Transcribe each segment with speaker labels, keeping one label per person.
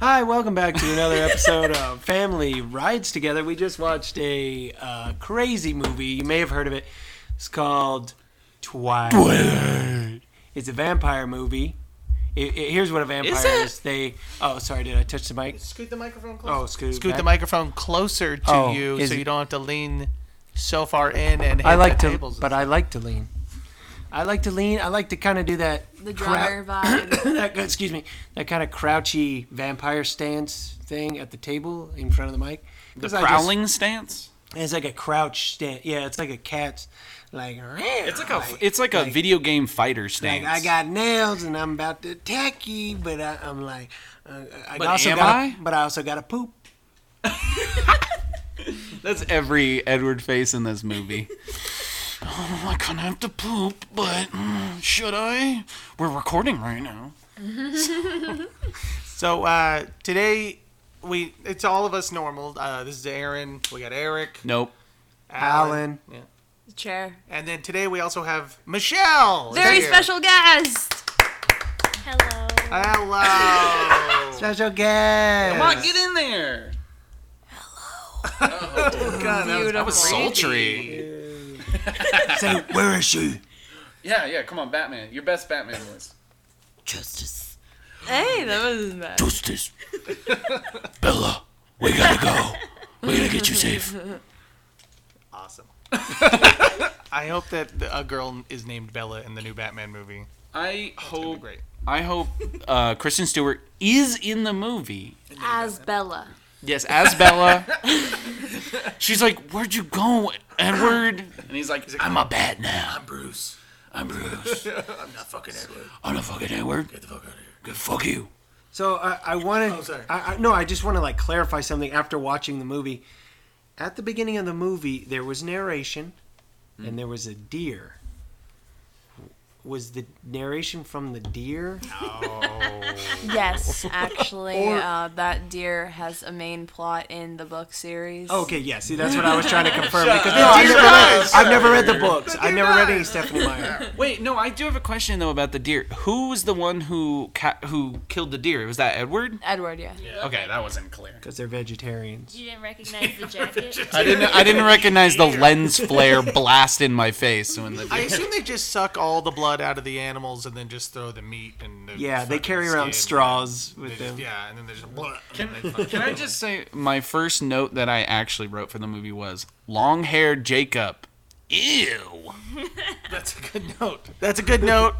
Speaker 1: Hi, welcome back to another episode of Family Rides Together. We just watched a uh, crazy movie. You may have heard of it. It's called Twilight. It's a vampire movie. It, it- here's what a vampire
Speaker 2: Is
Speaker 1: is.
Speaker 2: it?
Speaker 1: They. Oh, sorry. Did I touch the mic?
Speaker 3: Scoot the microphone closer.
Speaker 1: Oh, scoot.
Speaker 2: Scoot
Speaker 1: back.
Speaker 2: the microphone closer to
Speaker 1: Oh,
Speaker 2: you
Speaker 1: is
Speaker 2: so
Speaker 1: it-
Speaker 2: you don't have to lean so far in and hit
Speaker 1: I like
Speaker 2: the
Speaker 1: to,
Speaker 2: tables.
Speaker 1: but I like to lean. I like to lean. I like to kind of do that.
Speaker 4: The
Speaker 1: crou-
Speaker 4: drummer vibe.
Speaker 1: that, excuse me. That kind of crouchy vampire stance thing at the table in front of the mic.
Speaker 5: The
Speaker 1: 'Cause I just-
Speaker 5: prowling stance.
Speaker 1: It's like a crouch stance. Yeah, it's like a cat's like.
Speaker 5: It's like a it's like a video game fighter
Speaker 1: like,
Speaker 5: stance.
Speaker 1: I got nails and I'm about to attack you, but I, I'm like, uh, I
Speaker 5: But
Speaker 1: also
Speaker 5: am
Speaker 1: gotta,
Speaker 5: I?
Speaker 1: But I also got to poop.
Speaker 5: That's every Edward face in this movie. oh, I kind of have to poop, but mm, should I? We're recording right now.
Speaker 2: so uh, today we it's all of us normal. Uh, this is Aaron. We got Eric,
Speaker 5: Nope.
Speaker 1: Alan,
Speaker 4: Chair.
Speaker 2: and then today we also have Michelle. is
Speaker 4: Very
Speaker 2: here.
Speaker 4: special guest.
Speaker 6: Hello.
Speaker 5: Mm.
Speaker 2: Hello.
Speaker 1: special guest.
Speaker 5: get in there. Oh,
Speaker 4: Beautiful.
Speaker 5: That was sultry.
Speaker 1: Say, where is she?
Speaker 5: Yeah, yeah. Come on, Batman. Your best Batman voice.
Speaker 1: Justice.
Speaker 4: Hey, that wasn't bad.
Speaker 5: Justice. Bella, we gotta go. We gotta get you safe.
Speaker 2: awesome. I hope that the- a girl is named Bella in the new Batman movie.
Speaker 5: I
Speaker 2: That'd be
Speaker 5: hope.
Speaker 2: great.
Speaker 5: I hope uh, Kristen Stewart is in the movie.
Speaker 4: As Bella.
Speaker 5: Yes, as Bella. She's like, "Where'd you go, Edward?" And he's like, "I'm a bat now. I'm Bruce. I'm Bruce. I'm not fucking Edward. I'm not fucking Edward. Get the fuck out of here. Good fuck you."
Speaker 1: So I, I wanted.
Speaker 5: Oh,
Speaker 2: sorry.
Speaker 1: I, I, no, I just want to like clarify something after watching the movie. At the beginning of the movie, there was narration,
Speaker 5: Mm.
Speaker 1: and there was a deer. Was the narration from the deer?
Speaker 4: Yes, actually,
Speaker 1: Or-
Speaker 4: uh, that deer has a main plot in the book series.
Speaker 1: Oh, Okay, yeah. See, that's what I was trying to confirm because no, I've never, read, I've never read the books. I've never read any Stephanie Meyer.
Speaker 5: Wait, no, I do have a question though about the deer. Who was the one who ca- who killed the deer? Was that Edward?
Speaker 4: Edward, yeah.
Speaker 5: Okay, that wasn't clear.
Speaker 1: Because they're vegetarians.
Speaker 6: You didn't recognize the jacket?
Speaker 5: I didn't. I didn't recognize the lens flare blast in my face when the.
Speaker 2: I assume they just suck all the blood out of the animals and then just throw the meat and the
Speaker 1: Yeah, they
Speaker 2: fucking
Speaker 1: carry around
Speaker 2: skin.
Speaker 1: straws with
Speaker 2: They just-
Speaker 1: them.
Speaker 2: yeah, and then there's
Speaker 5: Can I just say my first note that I actually wrote for the movie was long-haired Jacob. Ew.
Speaker 2: That's a good note. That's a good note.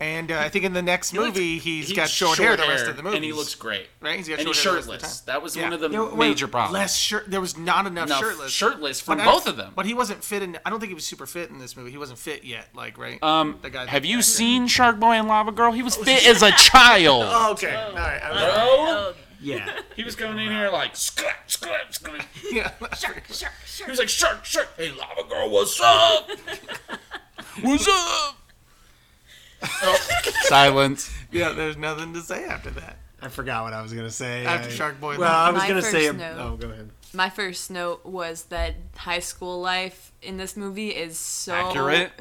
Speaker 2: And uh, I think in the next movie, he's got short, hair the rest of the movie.
Speaker 5: and he looks great.
Speaker 2: right. He's got short
Speaker 5: and he's
Speaker 2: hair the rest
Speaker 5: shirtless.
Speaker 2: of the time.
Speaker 5: That was
Speaker 2: Yeah.
Speaker 5: one of the
Speaker 1: You know, wait,
Speaker 5: major problems.
Speaker 2: Less shirt. There was not enough
Speaker 5: Enough
Speaker 2: shirtless.
Speaker 5: shirtless from
Speaker 2: But
Speaker 5: both of them.
Speaker 2: But he wasn't fit in. I don't think he was super fit in this movie. He wasn't fit yet. Like right.
Speaker 5: um,
Speaker 2: The guy that-
Speaker 5: have you seen Shark Boy and Lava Girl? He was fit as a child.
Speaker 2: Oh, okay. All right. I was like,
Speaker 5: Bro,
Speaker 1: Yeah.
Speaker 5: he was coming in here like scrap, scrap, scrap.
Speaker 2: yeah.
Speaker 5: He was like shark, shark. Hey, Lava Girl, what's up? what's up? Oh. Silence.
Speaker 2: yeah. There's nothing to say after that.
Speaker 1: I forgot what I was gonna say.
Speaker 2: After
Speaker 1: I-
Speaker 2: Shark Boy.
Speaker 1: Well, I was
Speaker 4: My
Speaker 1: gonna
Speaker 4: first
Speaker 1: say. a-
Speaker 4: note.
Speaker 1: Oh, go ahead.
Speaker 4: My first note was that high school life in this movie is
Speaker 5: Oh.
Speaker 4: so
Speaker 5: Accurate.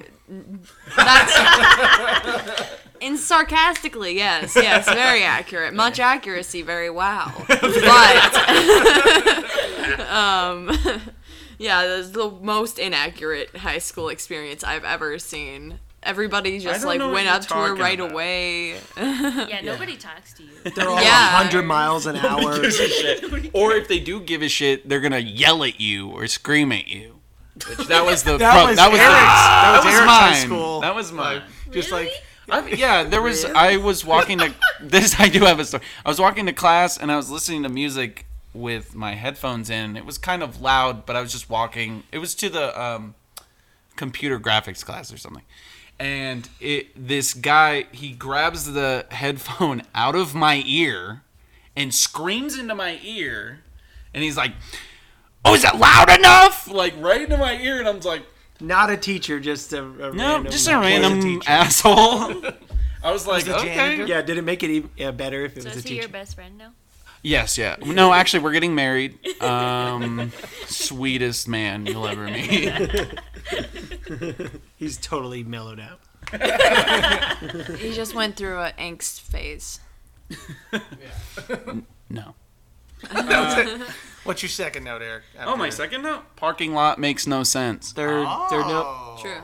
Speaker 4: That's in sarcastically, yes, yes, very accurate. Much accuracy, very wow. But um, yeah, that's the most inaccurate high school experience I've ever seen. Everybody just
Speaker 5: don't
Speaker 4: like
Speaker 5: know what
Speaker 4: went
Speaker 5: you're
Speaker 4: up to her
Speaker 5: talking
Speaker 4: right
Speaker 5: about.
Speaker 4: away.
Speaker 6: Yeah, nobody talks to you.
Speaker 1: They're all
Speaker 4: Yeah.
Speaker 1: 100 miles an hour.
Speaker 5: Or if they do give a shit, they're gonna yell at you or scream at you. Which that was the
Speaker 2: That
Speaker 5: pro-
Speaker 2: was
Speaker 5: that was the-
Speaker 2: Eric's- that
Speaker 5: that
Speaker 2: was
Speaker 5: was
Speaker 2: Eric's high
Speaker 5: mine.
Speaker 2: school.
Speaker 5: That was mine.
Speaker 2: Just like
Speaker 5: I've, yeah, there was. I was walking to this. I do have a story. I was walking to class and I was listening to music with my headphones in. It was kind of loud, but I was just walking. It was to the um, computer graphics class or something. And it this guy he grabs the headphone out of my ear and screams into my ear, and he's like, "Oh, is that loud enough?" Like right into my ear, and I'm like.
Speaker 1: Not a teacher, just a, a
Speaker 5: No,
Speaker 1: random,
Speaker 5: just
Speaker 1: was
Speaker 5: a random
Speaker 1: teacher.
Speaker 5: asshole. I was like,
Speaker 2: the
Speaker 5: okay.
Speaker 2: janitor?
Speaker 1: Yeah, did it make it even, yeah, better if it
Speaker 6: So
Speaker 1: was
Speaker 6: is
Speaker 1: a
Speaker 6: he your
Speaker 1: teacher?
Speaker 6: best friend now?
Speaker 5: Yes, yeah. No, actually, we're getting married. Um, sweetest man you'll ever meet.
Speaker 1: He's totally mellowed out.
Speaker 4: He just went through an angst phase.
Speaker 5: No.
Speaker 2: What's your second note, Eric?
Speaker 5: Oh, my second note? Parking lot makes no sense.
Speaker 1: Third, third note.
Speaker 2: Oh.
Speaker 4: True.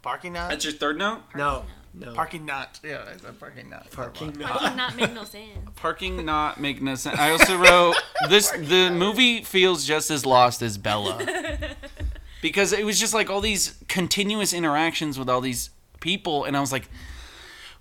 Speaker 2: Parking not.
Speaker 5: That's your third note?
Speaker 1: No, no.
Speaker 2: Parking not. Yeah, I said parking not.
Speaker 1: Parking
Speaker 6: Why
Speaker 1: not.
Speaker 6: does it not make no sense?
Speaker 5: Parking not make no sense. I also wrote this the movie feels just as lost as Bella. Because it was just like all these continuous interactions with all these people and I was like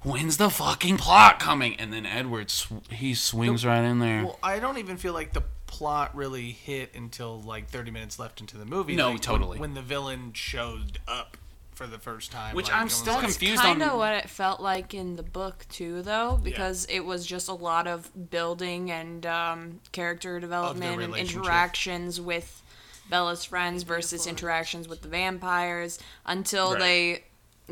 Speaker 5: when's the fucking plot coming? And then Edward sw- he swings right in there.
Speaker 2: Well, I don't even feel like the plot really hit until like 30 minutes left into the movie.
Speaker 5: No,
Speaker 2: like, when-
Speaker 5: totally.
Speaker 2: When the villain showed up for the first time.
Speaker 5: Which
Speaker 2: like,
Speaker 5: I'm
Speaker 2: it was
Speaker 5: still
Speaker 2: like-
Speaker 5: confused on
Speaker 4: kind of what it felt like in the book too though because it was just a lot of building and um, character development and
Speaker 2: relationship.
Speaker 4: interactions with bella's friends versus interactions with the vampires until they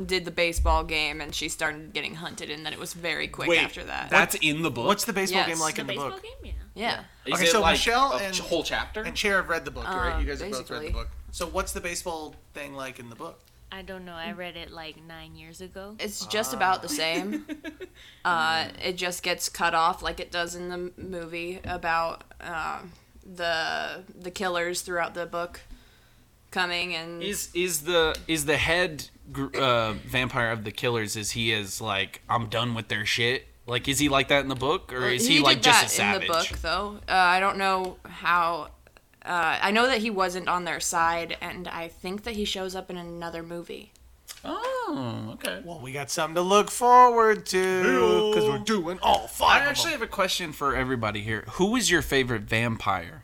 Speaker 4: did the baseball game and she started getting hunted and then it was very quick after that
Speaker 5: That's in the book.
Speaker 2: What's the baseball
Speaker 4: Yes.
Speaker 2: game like
Speaker 6: The
Speaker 2: in the
Speaker 6: baseball
Speaker 2: book?
Speaker 6: game? Yeah.
Speaker 4: yeah
Speaker 5: Is
Speaker 2: Okay,
Speaker 5: it
Speaker 2: so
Speaker 5: like
Speaker 2: Michelle
Speaker 5: a
Speaker 2: and-
Speaker 5: ch- whole chapter?
Speaker 2: And Chair have read the book, right? You guys have both read
Speaker 4: basically.
Speaker 2: the book. So what's the baseball thing like in the book?
Speaker 6: I don't know. I read it like nine years ago.
Speaker 4: it's just about the same uh, it just gets cut off like it does in the m- movie about uh, the the killers throughout the book coming and
Speaker 5: Is is the is the head gr- uh, vampire of the killers? Is he is like I'm done with their shit? Like is he like that in the book, or is he,
Speaker 4: did
Speaker 5: like just
Speaker 4: that
Speaker 5: a savage?
Speaker 4: In the book, though, uh, I don't know how. Uh, I know that he wasn't on their side, and I think that he shows up in another movie.
Speaker 5: Oh, okay.
Speaker 2: Well, we got something to look forward to because we're doing all
Speaker 5: I
Speaker 2: five. of
Speaker 5: actually
Speaker 2: them.
Speaker 5: have a question for everybody here. Who is your favorite vampire?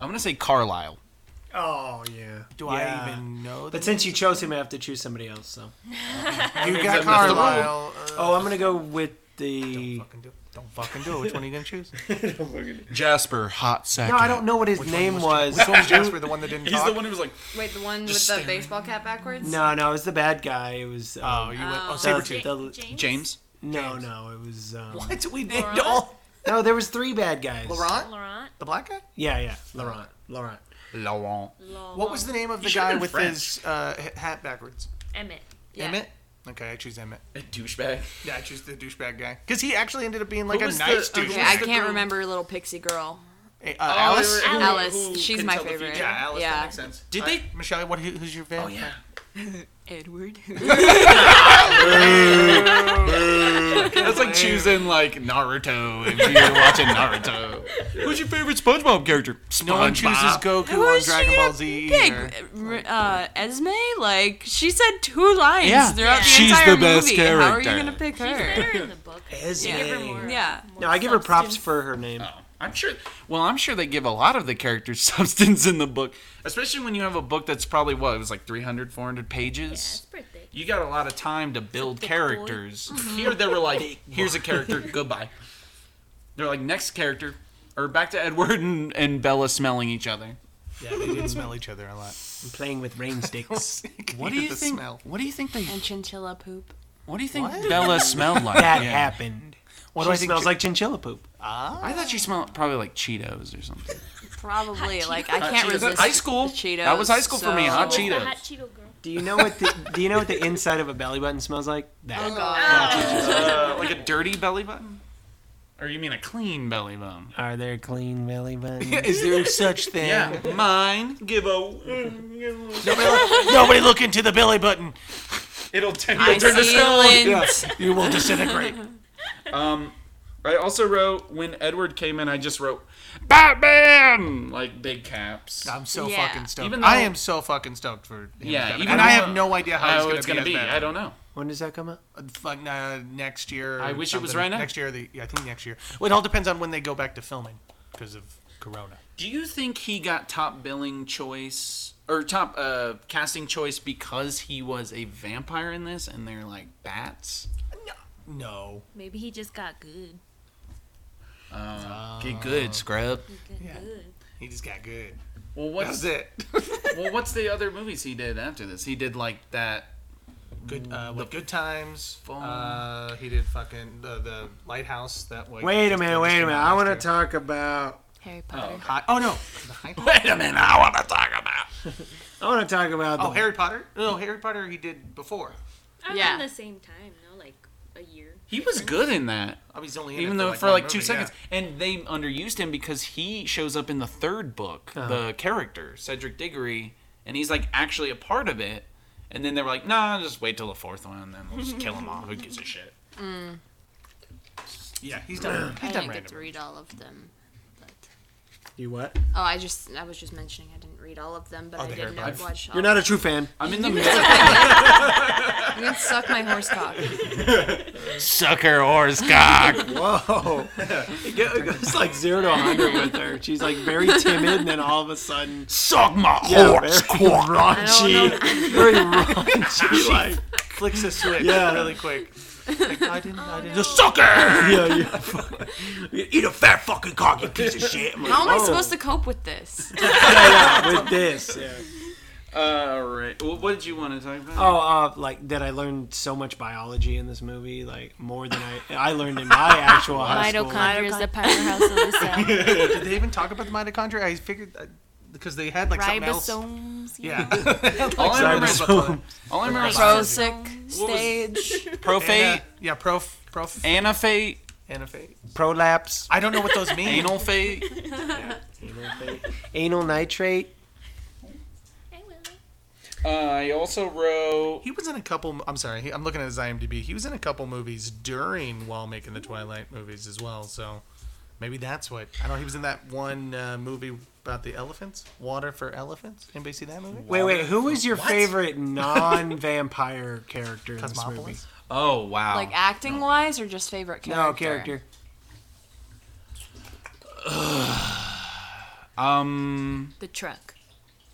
Speaker 5: I'm gonna say Carlisle.
Speaker 1: Oh yeah.
Speaker 2: do
Speaker 1: Yeah.
Speaker 2: I even know
Speaker 1: But
Speaker 2: that
Speaker 1: since you chose him, I have to choose somebody else. So.
Speaker 2: you got Carlisle? Uh,
Speaker 1: Oh, I'm gonna go with the.
Speaker 2: fucking do it. Don't fucking do it. Which one are you gonna choose?
Speaker 5: Jasper, hot second.
Speaker 1: No, I don't know what his name was.
Speaker 2: Which one was Jasper, the one that didn't talk?
Speaker 5: who was like,
Speaker 4: Wait, the one with the baseball cap backwards?
Speaker 1: No, no, it was the bad guy. It was.
Speaker 2: Oh,
Speaker 1: Um,
Speaker 2: you went. Oh,
Speaker 1: the-
Speaker 2: Sabretooth.
Speaker 1: the-
Speaker 6: James?
Speaker 5: James.
Speaker 1: no, no, it was. Um,
Speaker 2: What? We named all.
Speaker 1: No, there was three bad guys.
Speaker 2: Laurent?
Speaker 6: Laurent?
Speaker 2: The black guy?
Speaker 1: Yeah, yeah, Laurent. Laurent.
Speaker 5: Laurent.
Speaker 6: Laurent.
Speaker 2: What was the name of the
Speaker 5: should've
Speaker 2: guy
Speaker 5: been
Speaker 2: with
Speaker 5: French.
Speaker 2: his uh, h- hat backwards?
Speaker 6: Emmett.
Speaker 4: Yeah.
Speaker 2: Emmett? Okay, I choose Emmett.
Speaker 5: A douchebag.
Speaker 2: Yeah, I choose the douchebag guy. Because he actually ended up being like
Speaker 5: Who
Speaker 2: a
Speaker 5: was the-
Speaker 2: nice
Speaker 5: okay,
Speaker 2: dude.
Speaker 4: Yeah, I can't remember little pixie girl.
Speaker 2: Uh,
Speaker 4: Oh,
Speaker 2: Alice?
Speaker 6: Who-
Speaker 4: Alice,
Speaker 5: who
Speaker 4: she's
Speaker 5: can
Speaker 4: my
Speaker 5: tell the
Speaker 4: favorite.
Speaker 5: future? Yeah,
Speaker 4: Alice, yeah.
Speaker 5: sense. Oh, Did they?
Speaker 2: Michelle, what, who- who's your favorite?
Speaker 4: Edward.
Speaker 5: That's like choosing like Naruto if you're watching Naruto. Who's your favorite SpongeBob character? SpongeBob.
Speaker 2: No one chooses Goku on Dragon Ball Z either.
Speaker 4: Pick E uh, Esme, like she said two lines
Speaker 5: Yeah.
Speaker 4: throughout the
Speaker 5: She's
Speaker 4: entire
Speaker 5: the best
Speaker 4: movie. How are you
Speaker 5: character.
Speaker 4: gonna pick
Speaker 6: She's
Speaker 4: her?
Speaker 6: better in the book.
Speaker 1: Esme.
Speaker 6: They give her more,
Speaker 4: Yeah.
Speaker 6: more
Speaker 1: No, I give her props
Speaker 6: substance.
Speaker 1: for her name.
Speaker 2: Oh.
Speaker 5: I'm sure. Well, I'm sure they give a lot of the characters substance in the book, especially when you have a book that's probably what it was like 300, 400
Speaker 6: Yeah, it's
Speaker 5: pages.
Speaker 6: pretty thick.
Speaker 5: You got a lot of time to build
Speaker 6: thick
Speaker 5: characters. Here they were like, here's a character, goodbye. They're like next character, or back to Edward and, and Bella smelling each other.
Speaker 2: Yeah, they did smell each other a lot.
Speaker 1: I'm playing with rain sticks.
Speaker 5: What do you think? What do you think they?
Speaker 4: And chinchilla poop.
Speaker 5: What do you think Bella smelled like?
Speaker 1: that
Speaker 5: Yeah.
Speaker 1: happened. What
Speaker 2: do
Speaker 1: she
Speaker 2: I think
Speaker 1: smells
Speaker 2: chi-
Speaker 1: like chinchilla poop.
Speaker 5: I thought she smelled probably like Cheetos or something.
Speaker 4: Probably like I can't
Speaker 5: Cheetos.
Speaker 4: resist
Speaker 5: High school.
Speaker 4: the Cheetos.
Speaker 5: That was high school for me,
Speaker 4: so-
Speaker 5: hot
Speaker 6: She was
Speaker 5: Cheetos.
Speaker 6: the hot Cheeto girl.
Speaker 1: Do you know what the Do you know what the inside of a belly button smells like? That.
Speaker 4: Oh god.
Speaker 5: Uh, like a dirty belly button? Or you mean a clean belly button?
Speaker 1: Are there clean belly buttons?
Speaker 2: Is there such thing?
Speaker 5: mine. Give a.
Speaker 2: Nobody look into the belly button.
Speaker 5: It'll turn
Speaker 4: I see Lynn.
Speaker 2: You will disintegrate.
Speaker 5: Um, I also wrote when Edward came in. I just wrote Batman, like big caps.
Speaker 2: I'm so
Speaker 4: Yeah.
Speaker 2: fucking stoked.
Speaker 5: Even
Speaker 2: I
Speaker 5: though-
Speaker 2: am so fucking stoked for him.
Speaker 5: Yeah,
Speaker 2: Kevin.
Speaker 5: even
Speaker 2: and
Speaker 5: though-
Speaker 2: I have no idea how,
Speaker 5: How it's gonna
Speaker 2: as
Speaker 5: be?
Speaker 2: Batman.
Speaker 5: I don't know.
Speaker 1: When does that come out?
Speaker 2: Fuck, uh, next year. or
Speaker 5: I wish it was
Speaker 2: something.
Speaker 5: right now.
Speaker 2: Next year, or the, yeah, I think next year. Well, it all depends on when they go back to filming because of Corona.
Speaker 5: Do you think he got top billing choice or top uh, casting choice because he was a vampire in this, and they're like bats?
Speaker 2: No.
Speaker 6: Maybe he just got good.
Speaker 5: Get good, scrub.
Speaker 6: Good. good.
Speaker 2: He just got good.
Speaker 5: Well,
Speaker 2: That's
Speaker 5: what's
Speaker 2: it.
Speaker 5: well, what's the other movies he did after this? He did like that
Speaker 2: good. Uh, what, good times.
Speaker 5: Phone.
Speaker 2: Uh, he did fucking the, the lighthouse that way.
Speaker 1: Wait a minute. Wait a minute. I want to talk about.
Speaker 4: Harry Potter.
Speaker 2: Hot. Oh no.
Speaker 5: Wait a minute, I want to talk about.
Speaker 1: I want to talk about.
Speaker 2: Oh,
Speaker 1: the-
Speaker 2: Harry Potter. No, Harry Potter. He did before.
Speaker 6: Around
Speaker 4: Yeah.
Speaker 6: the same time, no, like a year.
Speaker 5: He was good in that.
Speaker 2: I mean, he's only in
Speaker 5: Even
Speaker 2: it
Speaker 5: though
Speaker 2: for like, one
Speaker 5: for like two
Speaker 2: movie, yeah.
Speaker 5: seconds, and they underused him because he shows up in the third book, the character Cedric Diggory, and he's like actually a part of it. And then they were like, "Nah, just wait till the fourth one, and then we'll just kill him off. Who gives a shit?"
Speaker 2: Yeah, Mm. he's done. He's
Speaker 4: I
Speaker 2: done
Speaker 4: didn't get to
Speaker 2: random.
Speaker 4: read all of them. But...
Speaker 1: You what?
Speaker 4: Oh, I just I was just mentioning I didn't read all of them, but I
Speaker 2: the
Speaker 4: did
Speaker 2: hair
Speaker 4: not
Speaker 2: box.
Speaker 4: watch. All
Speaker 1: You're not a true fan.
Speaker 5: I'm in the middle.
Speaker 4: You can suck my horse cock.
Speaker 5: Sucker or cock.
Speaker 1: Whoa. it go- it goes like zero to 100 with her. She's like very timid, and then all of a sudden,
Speaker 5: Suck my
Speaker 1: very raunchy. Very raunchy. like,
Speaker 2: Flicks a switch
Speaker 1: Yeah.
Speaker 2: really quick. Like, I didn't. I didn't.
Speaker 5: sucker.
Speaker 1: yeah, yeah. Eat a fat fucking cock, you piece of shit. I'm like,
Speaker 4: How am I
Speaker 1: whoa.
Speaker 4: supposed to cope with this?
Speaker 1: Yeah, yeah, with this. Yeah.
Speaker 5: All right. Well, what did you want to talk about?
Speaker 1: Oh, uh, like that I learned so much biology in this movie, like more than I I learned in my actual high school.
Speaker 6: Mitochondria is the powerhouse of the cell.
Speaker 2: Did they even talk about the mitochondria? I figured uh, because they had like something else.
Speaker 6: Ribosomes.
Speaker 2: Yeah.
Speaker 5: all, I remember is,
Speaker 1: Ribosome.
Speaker 5: all I remember is
Speaker 4: Prosic stage.
Speaker 5: profate,
Speaker 2: Ana- yeah. Prof.
Speaker 5: uh,
Speaker 2: Prof.
Speaker 5: anaphate,
Speaker 2: Anaphate.
Speaker 1: Prolapse,
Speaker 2: I don't know what those mean.
Speaker 5: anal fate.
Speaker 1: anal nitrate.
Speaker 6: Hey, Willie.
Speaker 5: Uh, I also wrote.
Speaker 2: He was in a couple. I'm sorry. He, I'm looking at his IMDb. He was in a couple movies during while making the Twilight movies as well. So maybe that's what I don't. He was in that one uh, movie about the elephants, Water for Elephants. Anybody see that movie?
Speaker 1: Wait, wait. Who was your favorite non-vampire character in this movie?
Speaker 2: Cosmopolis.
Speaker 5: Oh wow.
Speaker 4: Like acting wise or just favorite character?
Speaker 1: No character.
Speaker 5: um.
Speaker 6: The truck.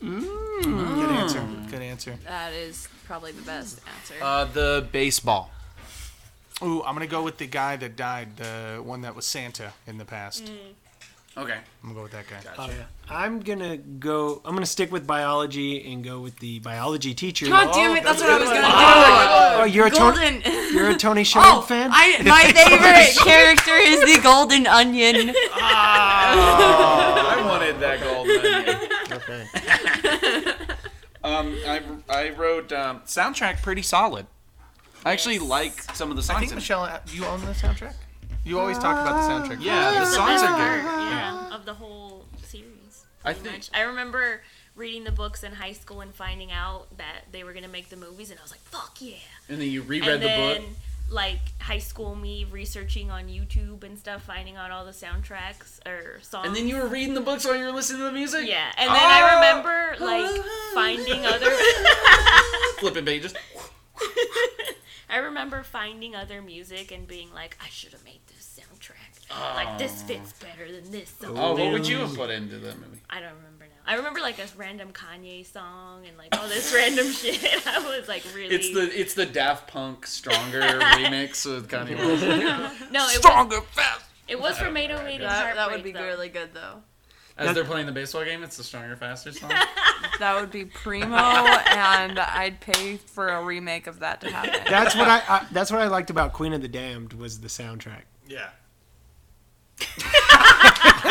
Speaker 2: Good answer. Mm. Good answer.
Speaker 4: That is probably the best answer.
Speaker 5: Uh, the baseball.
Speaker 2: Ooh, I'm gonna go with the guy that died, the one that was Santa in the past.
Speaker 5: Okay.
Speaker 2: I'm gonna go with that guy.
Speaker 1: Oh, yeah. I'm gonna go. I'm gonna stick with biology and go with the biology teacher.
Speaker 4: God damn it! That's what I was gonna
Speaker 1: Oh, you're a
Speaker 4: do.
Speaker 1: Tony.
Speaker 4: golden.
Speaker 1: You're a Tony Sherman
Speaker 4: Oh,
Speaker 1: fan.
Speaker 4: I, my favorite character is the golden onion.
Speaker 5: Uh, I wanted that gold.
Speaker 1: okay.
Speaker 5: um, I, I wrote um, soundtrack pretty solid. I actually like some of the
Speaker 2: I
Speaker 5: songs.
Speaker 2: think
Speaker 5: in it.
Speaker 2: Michelle, you own the soundtrack. You always talk about the soundtrack.
Speaker 5: yeah, the songs are good.
Speaker 6: yeah, of the whole series.
Speaker 5: I
Speaker 6: pretty
Speaker 5: think-
Speaker 6: much. I remember reading the books in high school and finding out that they were gonna make the movies, and I was like, "Fuck yeah!"
Speaker 5: And then you reread
Speaker 6: and then, like high school me researching on YouTube and stuff, finding out all the soundtracks or songs.
Speaker 5: And then
Speaker 4: um,
Speaker 5: you were reading the books while you were listening to the music.
Speaker 6: yeah, and then
Speaker 5: Oh.
Speaker 6: I remember like finding other.
Speaker 5: Flipping pages.
Speaker 6: I remember finding other music and being like, "I should have made this soundtrack. Like this fits better than this." So
Speaker 5: Oh, what would you have put into that movie?
Speaker 6: I don't remember now. I remember like a random Kanye song and like all this random shit. I was like really.
Speaker 5: It's the it's the Daft Punk Stronger remix with Kanye West.
Speaker 6: no. It was,
Speaker 5: Stronger, fast.
Speaker 6: it was from 808 and
Speaker 4: That,
Speaker 6: Heartbreak.
Speaker 4: that would be
Speaker 6: though.
Speaker 4: really good though.
Speaker 5: As they're playing the baseball game, it's the Stronger, Faster song.
Speaker 4: That would be primo, and I'd pay for a remake of that to happen.
Speaker 1: That's what I, I. That's what I liked about Queen of the Damned was the soundtrack.
Speaker 2: Yeah.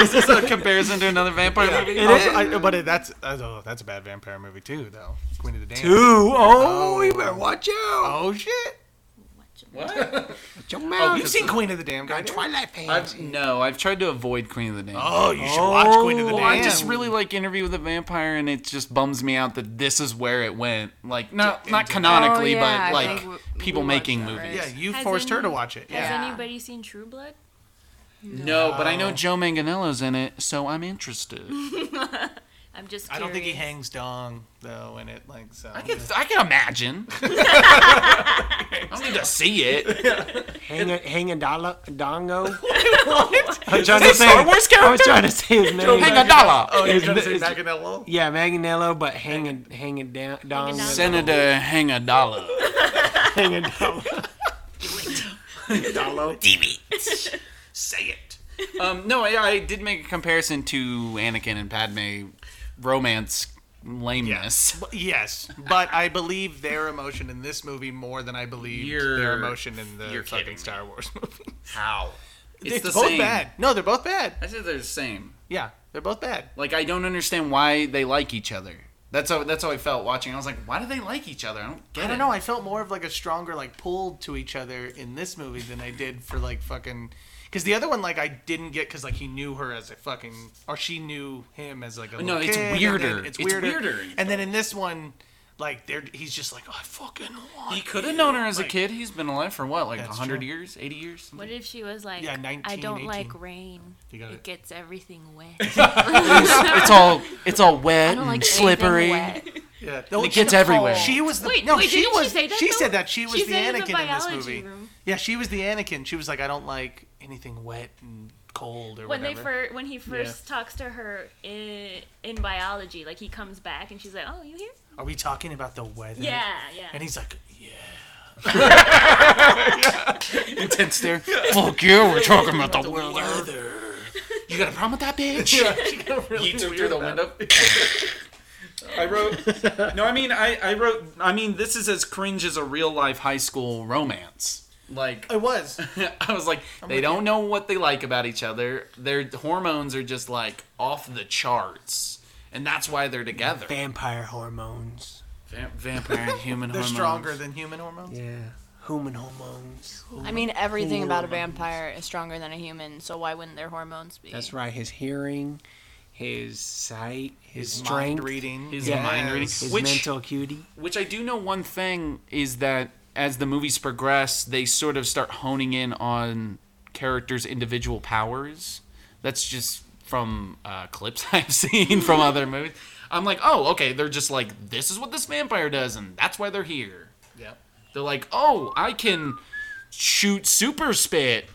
Speaker 5: Is this a comparison to another vampire movie?
Speaker 2: Also, I, but it, that's oh, that's a bad vampire movie too, though. Queen of the Damned.
Speaker 1: Ooh, oh, you better watch out!
Speaker 2: Oh shit! Oh,
Speaker 5: What?
Speaker 1: Watch your mouth.
Speaker 2: You've seen Queen of the Damned, guys.
Speaker 1: Twilight Page.
Speaker 5: I've, no, I've tried to avoid Queen of the Damned.
Speaker 2: Oh, you should watch Queen of the
Speaker 1: Oh,
Speaker 2: Damned.
Speaker 5: Well, I just really like Interview with a Vampire, and it just bums me out that this is where it went. Like, not not canonically,
Speaker 4: Oh, yeah, I
Speaker 5: but like
Speaker 4: think w-
Speaker 5: people
Speaker 4: we
Speaker 5: making
Speaker 4: watched that,
Speaker 5: movies.
Speaker 2: yeah, you
Speaker 6: Has
Speaker 2: forced her
Speaker 6: any-
Speaker 2: to watch it.
Speaker 6: Has
Speaker 2: Yeah.
Speaker 4: Yeah.
Speaker 6: anybody seen True Blood?
Speaker 5: No, but I know Joe Manganiello's in it, so I'm interested.
Speaker 6: I'm just.
Speaker 2: I
Speaker 6: Curious.
Speaker 2: don't think he hangs dong though in it. Like so.
Speaker 5: I can I can imagine. I don't need to see it.
Speaker 1: Hang a, hang a dollar, dongo. I'm trying to say.
Speaker 5: Star
Speaker 1: I
Speaker 5: Wars
Speaker 1: was
Speaker 5: character?
Speaker 1: trying to say his name.
Speaker 5: Hang a dollar.
Speaker 2: Oh, you're
Speaker 1: It's-
Speaker 2: gonna say
Speaker 1: it's-
Speaker 2: Maganello?
Speaker 1: Yeah, Maganello, but hang a hang a da- dongo.
Speaker 5: Senator, hang a dollar.
Speaker 1: Hang a dollar.
Speaker 2: Say it.
Speaker 5: Um, no, I, I did make a comparison to Anakin and Padme romance lameness.
Speaker 2: But- yes, but I believe their emotion in this movie more than I believe their
Speaker 5: You're-
Speaker 2: emotion in the
Speaker 5: you're kidding
Speaker 2: fucking
Speaker 5: me.
Speaker 2: Star Wars movie.
Speaker 5: How? It's, the
Speaker 2: both
Speaker 5: same.
Speaker 2: bad. No, they're both bad.
Speaker 5: I said they're the same.
Speaker 2: Yeah, they're both bad.
Speaker 5: Like I don't understand why they like each other. That's how that's how I felt watching. I was like, why do they like each other? I don't get
Speaker 2: I
Speaker 5: it.
Speaker 2: don't know. I felt more of like a stronger like pull to each other in this movie than I did for like fucking. Because the other one, like, I didn't get because like he knew her as a fucking, or she knew him as like a.
Speaker 5: No,
Speaker 2: little
Speaker 5: it's
Speaker 2: kid, and then
Speaker 5: weirder.
Speaker 2: It's
Speaker 5: It's
Speaker 2: weirder.
Speaker 5: weirder.
Speaker 2: And then in this one, like, there he's just like, I fucking want.
Speaker 5: He could have known her as a
Speaker 2: Like-
Speaker 5: kid. He's been alive for what, like
Speaker 2: That's
Speaker 5: hundred
Speaker 2: true.
Speaker 5: years, eighty years?
Speaker 6: What if she was like,
Speaker 2: Yeah,
Speaker 6: I
Speaker 2: 19,
Speaker 6: don't
Speaker 2: 18.
Speaker 6: like rain.
Speaker 2: You got
Speaker 6: it.
Speaker 2: it.
Speaker 6: gets everything wet.
Speaker 5: it's all it's all
Speaker 6: I
Speaker 5: wet
Speaker 6: don't
Speaker 5: and
Speaker 6: like anything
Speaker 5: slippery.
Speaker 6: wet.
Speaker 2: Yeah, no, she-
Speaker 5: The kid's everywhere.
Speaker 2: She was the
Speaker 6: Wait,
Speaker 2: no.
Speaker 6: wait,
Speaker 2: she
Speaker 6: didn't she
Speaker 2: was.
Speaker 6: say that,
Speaker 2: she
Speaker 6: though?
Speaker 2: said that she was
Speaker 6: She
Speaker 2: the
Speaker 6: said it in the
Speaker 2: Anakin in this
Speaker 6: biology
Speaker 2: movie.
Speaker 6: room.
Speaker 2: Yeah, she was the Anakin. She was like, I don't like anything wet and cold or
Speaker 6: When they
Speaker 2: whatever.
Speaker 6: fir- when he first talks to her in, in biology, like he comes back and she's like, "Oh, you here?"
Speaker 2: Are we talking about the weather?
Speaker 6: Yeah, yeah.
Speaker 2: And he's like, yeah.
Speaker 5: Intense there. Fuck you, we're talking about the world.
Speaker 2: Weather.
Speaker 5: You got a problem with that bitch? Yeets him through the window. I wrote. No, I mean, I, I wrote. I mean, this is as cringe as a real life high school romance. Like,
Speaker 2: It was.
Speaker 5: I was like, they don't know what they like about each other. Their hormones are just like off the charts, and that's why they're together.
Speaker 1: Vampire hormones.
Speaker 5: Vamp- vampire and human
Speaker 2: They're
Speaker 5: hormones.
Speaker 2: stronger than human hormones.
Speaker 1: Yeah. Human hormones.
Speaker 4: I mean, everything about a vampire is stronger than a human, so why wouldn't their hormones be?
Speaker 1: That's right. His hearing, his sight, his,
Speaker 2: Mind
Speaker 1: strength,
Speaker 2: reading.
Speaker 5: His mind reading.
Speaker 1: his
Speaker 5: Which-
Speaker 1: mental acuity.
Speaker 5: Which I do know one thing is that as the movies progress, they sort of start honing in on characters' individual powers. That's just from uh, clips I've seen from other movies. I'm like, oh, okay, they're just like, this is what this vampire does, and that's why they're here.
Speaker 2: Yeah.
Speaker 5: They're like, oh, I can shoot super spit.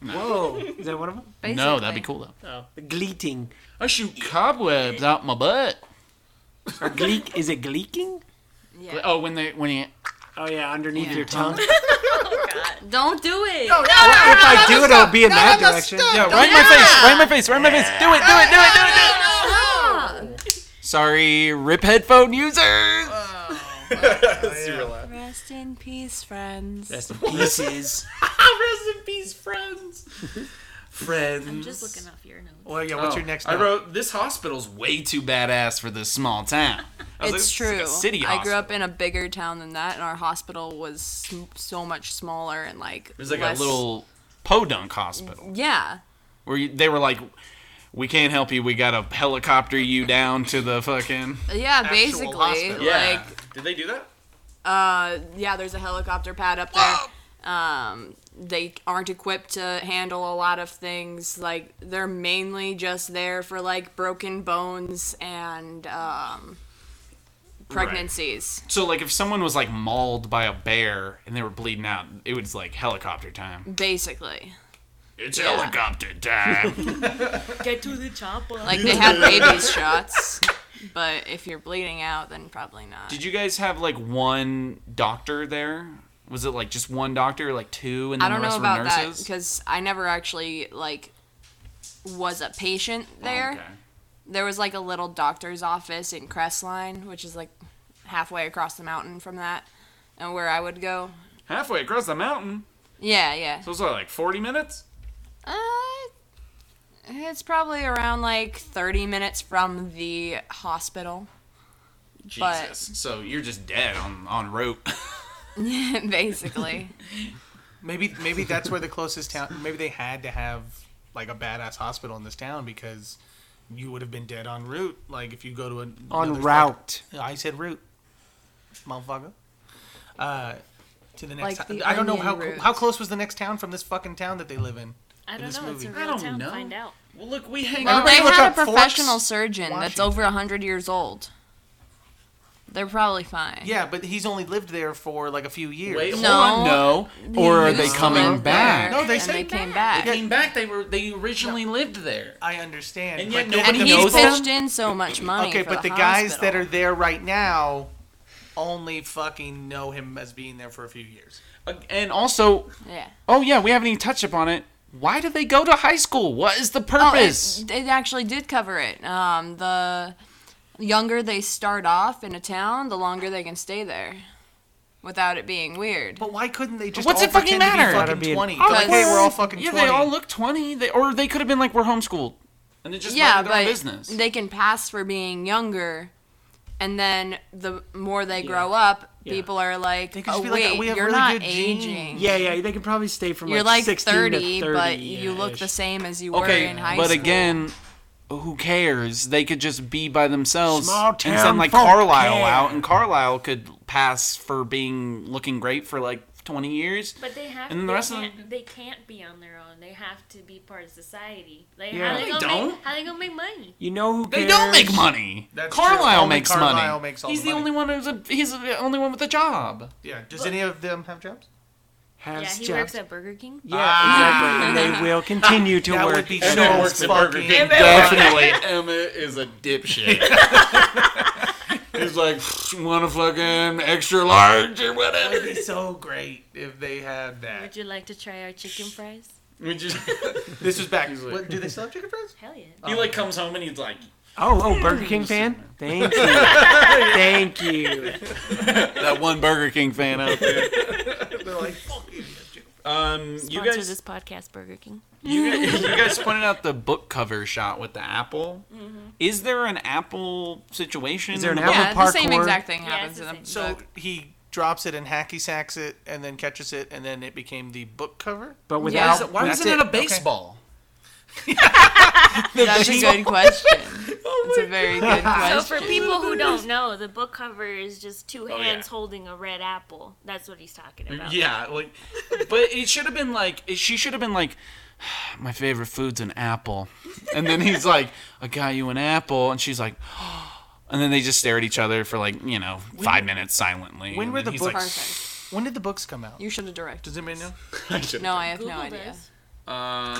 Speaker 1: Whoa, Oh, is that one of them?
Speaker 5: No, that'd be cool though.
Speaker 1: Gleeting.
Speaker 5: I shoot cobwebs out my butt.
Speaker 1: Or gleek? Is it gleeking?
Speaker 4: Yeah.
Speaker 5: Oh, when they when he
Speaker 1: Oh yeah, underneath your tongue.
Speaker 4: Don't do it.
Speaker 1: if I do it, it'll be in that direction.
Speaker 5: yeah, right in my face, right in my face, right in my face. Do it, do it, do it, do it, do it. Sorry, rip headphone users.
Speaker 4: Rest in peace, friends.
Speaker 1: That's the pieces.
Speaker 5: Rest in peace, friends. Friends.
Speaker 6: I'm just looking up your notes.
Speaker 2: Well, yeah. What's your next?
Speaker 5: Oh, I
Speaker 2: note?
Speaker 5: wrote this hospital's way too badass for this small town. I was like, "This
Speaker 4: It's
Speaker 5: is
Speaker 4: true.
Speaker 5: like a city
Speaker 4: I grew
Speaker 5: hospital."
Speaker 4: up in a bigger town than that, and our hospital was sm- so much smaller and like.
Speaker 5: It was like
Speaker 4: less-
Speaker 5: a little podunk hospital
Speaker 4: Yeah.
Speaker 5: where you, they were like, "We can't help you. We gotta helicopter you down to the fucking."
Speaker 4: Yeah, basically.
Speaker 2: hospital.
Speaker 4: Like,
Speaker 5: Did they do that?
Speaker 4: uh, yeah, there's a helicopter pad up there. Um, they aren't equipped to handle a lot of things. Like, they're mainly just there for like broken bones and um, pregnancies.
Speaker 5: So like if someone was like mauled by a bear and they were bleeding out, it was like helicopter time.
Speaker 4: Basically.
Speaker 5: It's
Speaker 4: Yeah.
Speaker 5: helicopter time.
Speaker 6: Get to the chopper.
Speaker 4: Like, they have rabies shots, but if you're bleeding out, then probably not.
Speaker 5: Did you guys have like one doctor there? Was it like just one doctor, or, like two, and
Speaker 4: I
Speaker 5: then
Speaker 4: don't
Speaker 5: the
Speaker 4: know
Speaker 5: rest
Speaker 4: about
Speaker 5: were
Speaker 4: that
Speaker 5: nurses?
Speaker 4: because I never actually like was a patient there.
Speaker 5: Oh, Okay.
Speaker 4: There was like a little doctor's office in Crestline, which is like halfway across the mountain from that, and where I would go.
Speaker 5: Halfway across the mountain,
Speaker 4: Yeah, yeah.
Speaker 5: so it's what, like forty minutes.
Speaker 4: Uh, it's probably around like 30 minutes from the hospital, But-
Speaker 5: Jesus. So you're just dead on on rope.
Speaker 4: basically.
Speaker 2: Maybe maybe that's where the closest town. Maybe they had to have like a badass hospital in this town because you would have been dead en route. Like if you go to an
Speaker 1: On
Speaker 2: another
Speaker 1: route.
Speaker 2: fuck- I said route, motherfucker. Uh, to the next.
Speaker 4: Like
Speaker 2: town.
Speaker 4: the
Speaker 2: I don't know
Speaker 4: onion
Speaker 2: how
Speaker 4: route.
Speaker 2: how close was the next town from this fucking town that they live in.
Speaker 6: I don't
Speaker 2: this
Speaker 6: know. It's a
Speaker 2: movie.
Speaker 6: real
Speaker 5: I don't
Speaker 6: town.
Speaker 5: know.
Speaker 6: Find out.
Speaker 5: Well, look, we hang
Speaker 4: Well,
Speaker 5: out.
Speaker 4: they
Speaker 2: look
Speaker 4: had a
Speaker 2: up Forks,
Speaker 4: professional surgeon that's
Speaker 2: Washington.
Speaker 4: over 100 years old. They're probably fine.
Speaker 2: Yeah, but he's only lived there for like a few years.
Speaker 5: Wait, hold
Speaker 4: No.
Speaker 5: on, no. Or are they
Speaker 4: used to
Speaker 5: coming
Speaker 4: live
Speaker 5: back?
Speaker 4: there,
Speaker 2: No, they
Speaker 4: and
Speaker 2: said
Speaker 4: they came
Speaker 5: They
Speaker 4: back.
Speaker 5: came back. They were they originally lived there.
Speaker 2: I understand.
Speaker 5: And yet
Speaker 2: but the-
Speaker 5: nobody
Speaker 4: and
Speaker 5: But
Speaker 4: he's
Speaker 5: knows
Speaker 4: pitched
Speaker 5: them?
Speaker 4: in so much money.
Speaker 2: Okay,
Speaker 4: for
Speaker 2: but the, guys that are there right now only fucking know him as being there for a few years.
Speaker 5: Uh, And also,
Speaker 4: hospital. yeah.
Speaker 5: Oh yeah, we haven't even touched upon it. Why do they go to high school? What is the
Speaker 4: Oh,
Speaker 5: purpose?
Speaker 4: it, it actually did cover it. Um, the younger they start off in a town, the longer they can stay there, without it being weird.
Speaker 2: But why couldn't they just
Speaker 5: What's
Speaker 2: all
Speaker 5: it fucking
Speaker 2: pretend
Speaker 5: matter?
Speaker 2: To
Speaker 1: Gotta
Speaker 2: be
Speaker 1: be
Speaker 2: fucking
Speaker 1: an
Speaker 2: twenty. They're like, hey, we're all fucking
Speaker 5: yeah,
Speaker 2: twenty.
Speaker 5: they all look twenty. They or they could have been like we're homeschooled, and it just
Speaker 4: yeah,
Speaker 5: yeah, their
Speaker 4: but
Speaker 5: own business.
Speaker 4: they can pass for being younger, And then the more they grow up,
Speaker 1: Yeah.
Speaker 4: people are like,
Speaker 2: They could
Speaker 4: "Oh
Speaker 2: just be like,
Speaker 4: wait,
Speaker 2: "We have
Speaker 4: you're
Speaker 2: really
Speaker 4: not
Speaker 2: good genes."
Speaker 4: aging.
Speaker 1: Yeah, yeah, they can probably stay from
Speaker 4: You're
Speaker 1: like,
Speaker 4: like
Speaker 1: 16
Speaker 4: 30,
Speaker 1: to 30,
Speaker 4: but you look the
Speaker 1: ish.
Speaker 4: same as you
Speaker 5: Okay,
Speaker 4: were in high
Speaker 5: but
Speaker 4: school."
Speaker 5: again, who cares? They could just be by themselves
Speaker 1: Small
Speaker 5: and
Speaker 1: town
Speaker 5: send like
Speaker 1: folk
Speaker 5: Carlisle
Speaker 1: care.
Speaker 5: out, and Carlisle could pass for being looking great for like twenty years.
Speaker 6: But they have.
Speaker 5: And the
Speaker 6: they
Speaker 5: rest of
Speaker 6: can't, They can't be on their own. They have to be part of society. Like,
Speaker 1: Yeah.
Speaker 6: how they
Speaker 5: They
Speaker 6: gonna
Speaker 5: don't.
Speaker 6: Make, how they gonna make money?
Speaker 1: You know who
Speaker 5: They
Speaker 1: cares?
Speaker 5: don't make money.
Speaker 2: That's true.
Speaker 5: Carlisle
Speaker 2: Only
Speaker 5: makes
Speaker 2: Carlisle
Speaker 5: money.
Speaker 2: makes all
Speaker 5: he's
Speaker 2: the
Speaker 5: the,
Speaker 2: money.
Speaker 5: only one who's a, he's the only one with a job.
Speaker 2: Yeah. Does any of them have jobs?
Speaker 1: Has
Speaker 6: Yeah, he
Speaker 1: jobs.
Speaker 6: works at Burger King.
Speaker 1: Yeah,
Speaker 5: Ah.
Speaker 1: exactly. And they will continue to
Speaker 2: That
Speaker 1: work.
Speaker 2: would be
Speaker 1: at
Speaker 2: so
Speaker 1: all.
Speaker 2: works at Burger
Speaker 3: fucking
Speaker 2: King.
Speaker 3: definitely Emma is a dipshit. He's like, you want to fucking extra large or
Speaker 2: It'd
Speaker 3: whatever?
Speaker 2: be so great if they had that.
Speaker 6: Would you like to try our chicken fries?
Speaker 3: Would you-
Speaker 2: This was back.
Speaker 3: He's like-
Speaker 2: What, do they still have chicken fries?
Speaker 6: Hell yeah.
Speaker 3: he like comes home and he's like,
Speaker 1: Oh, oh, Burger King fan? Thank you. Thank you.
Speaker 5: That one Burger King fan out there.
Speaker 2: They're like, fuck you, yes, chicken
Speaker 5: Um, you
Speaker 6: Sponsor
Speaker 5: guys,
Speaker 6: this podcast, Burger King.
Speaker 5: you guys, you guys pointed out the book cover shot with the apple.
Speaker 6: Mm-hmm.
Speaker 5: Is there an apple situation?
Speaker 1: Is there an
Speaker 5: in the
Speaker 1: apple
Speaker 4: yeah, the same
Speaker 1: parkour?
Speaker 4: exact thing
Speaker 6: it's
Speaker 4: happens
Speaker 6: the
Speaker 4: to them.
Speaker 6: same.
Speaker 2: fries. So he drops it and hacky sacks it and then catches it and then it became the book cover?
Speaker 1: But
Speaker 5: book? Why,
Speaker 1: without
Speaker 5: is it, why
Speaker 1: that's
Speaker 5: wasn't it,
Speaker 1: it.
Speaker 5: a baseball?
Speaker 4: That's a good question.
Speaker 6: Oh
Speaker 4: It's a very good
Speaker 6: So
Speaker 4: question.
Speaker 6: for people who don't know, the book cover is just two hands
Speaker 3: yeah.
Speaker 6: holding a red apple. That's what he's talking about.
Speaker 5: Yeah, like, but it should have been like it- she should have been like, my favorite food's an apple, and then he's like, I got you an apple, and she's like. And then they just stare at each other for like you know five minutes silently.
Speaker 2: when
Speaker 5: and
Speaker 2: were
Speaker 5: then
Speaker 2: the
Speaker 5: he's
Speaker 2: books-
Speaker 5: like,
Speaker 4: Perfect.
Speaker 2: When did the books come out?
Speaker 4: You should have directed.
Speaker 2: Does anybody know?
Speaker 4: No, I have no
Speaker 6: Google
Speaker 4: idea.
Speaker 6: does.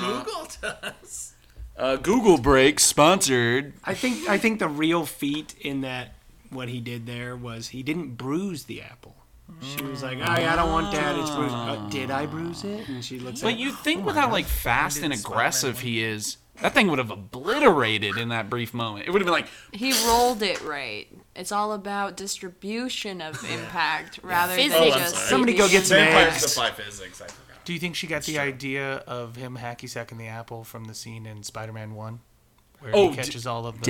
Speaker 2: Google does.
Speaker 5: uh, Google break sponsored.
Speaker 1: I think I think the real feat in that what he did there was he didn't bruise the apple. She was like, I, I don't want that. It's bruised. Uh, did I bruise it? And she looks
Speaker 5: But
Speaker 1: like,
Speaker 5: you think with how like fast and
Speaker 2: didn't spot that
Speaker 5: aggressive he is, that thing would have obliterated in that brief moment. It would have been like,
Speaker 4: He rolled it right. It's all about distribution of impact rather
Speaker 6: Physics. Oh,
Speaker 4: than
Speaker 6: I'm
Speaker 4: just
Speaker 3: sorry.
Speaker 1: Somebody go get some
Speaker 3: vampires
Speaker 1: eggs.
Speaker 3: defy physics. I forgot.
Speaker 2: Do you think she got the idea of him hacky sacking the apple from the scene in Spider Man 1? Where
Speaker 5: Oh,
Speaker 2: he
Speaker 5: d-
Speaker 2: catches all of the,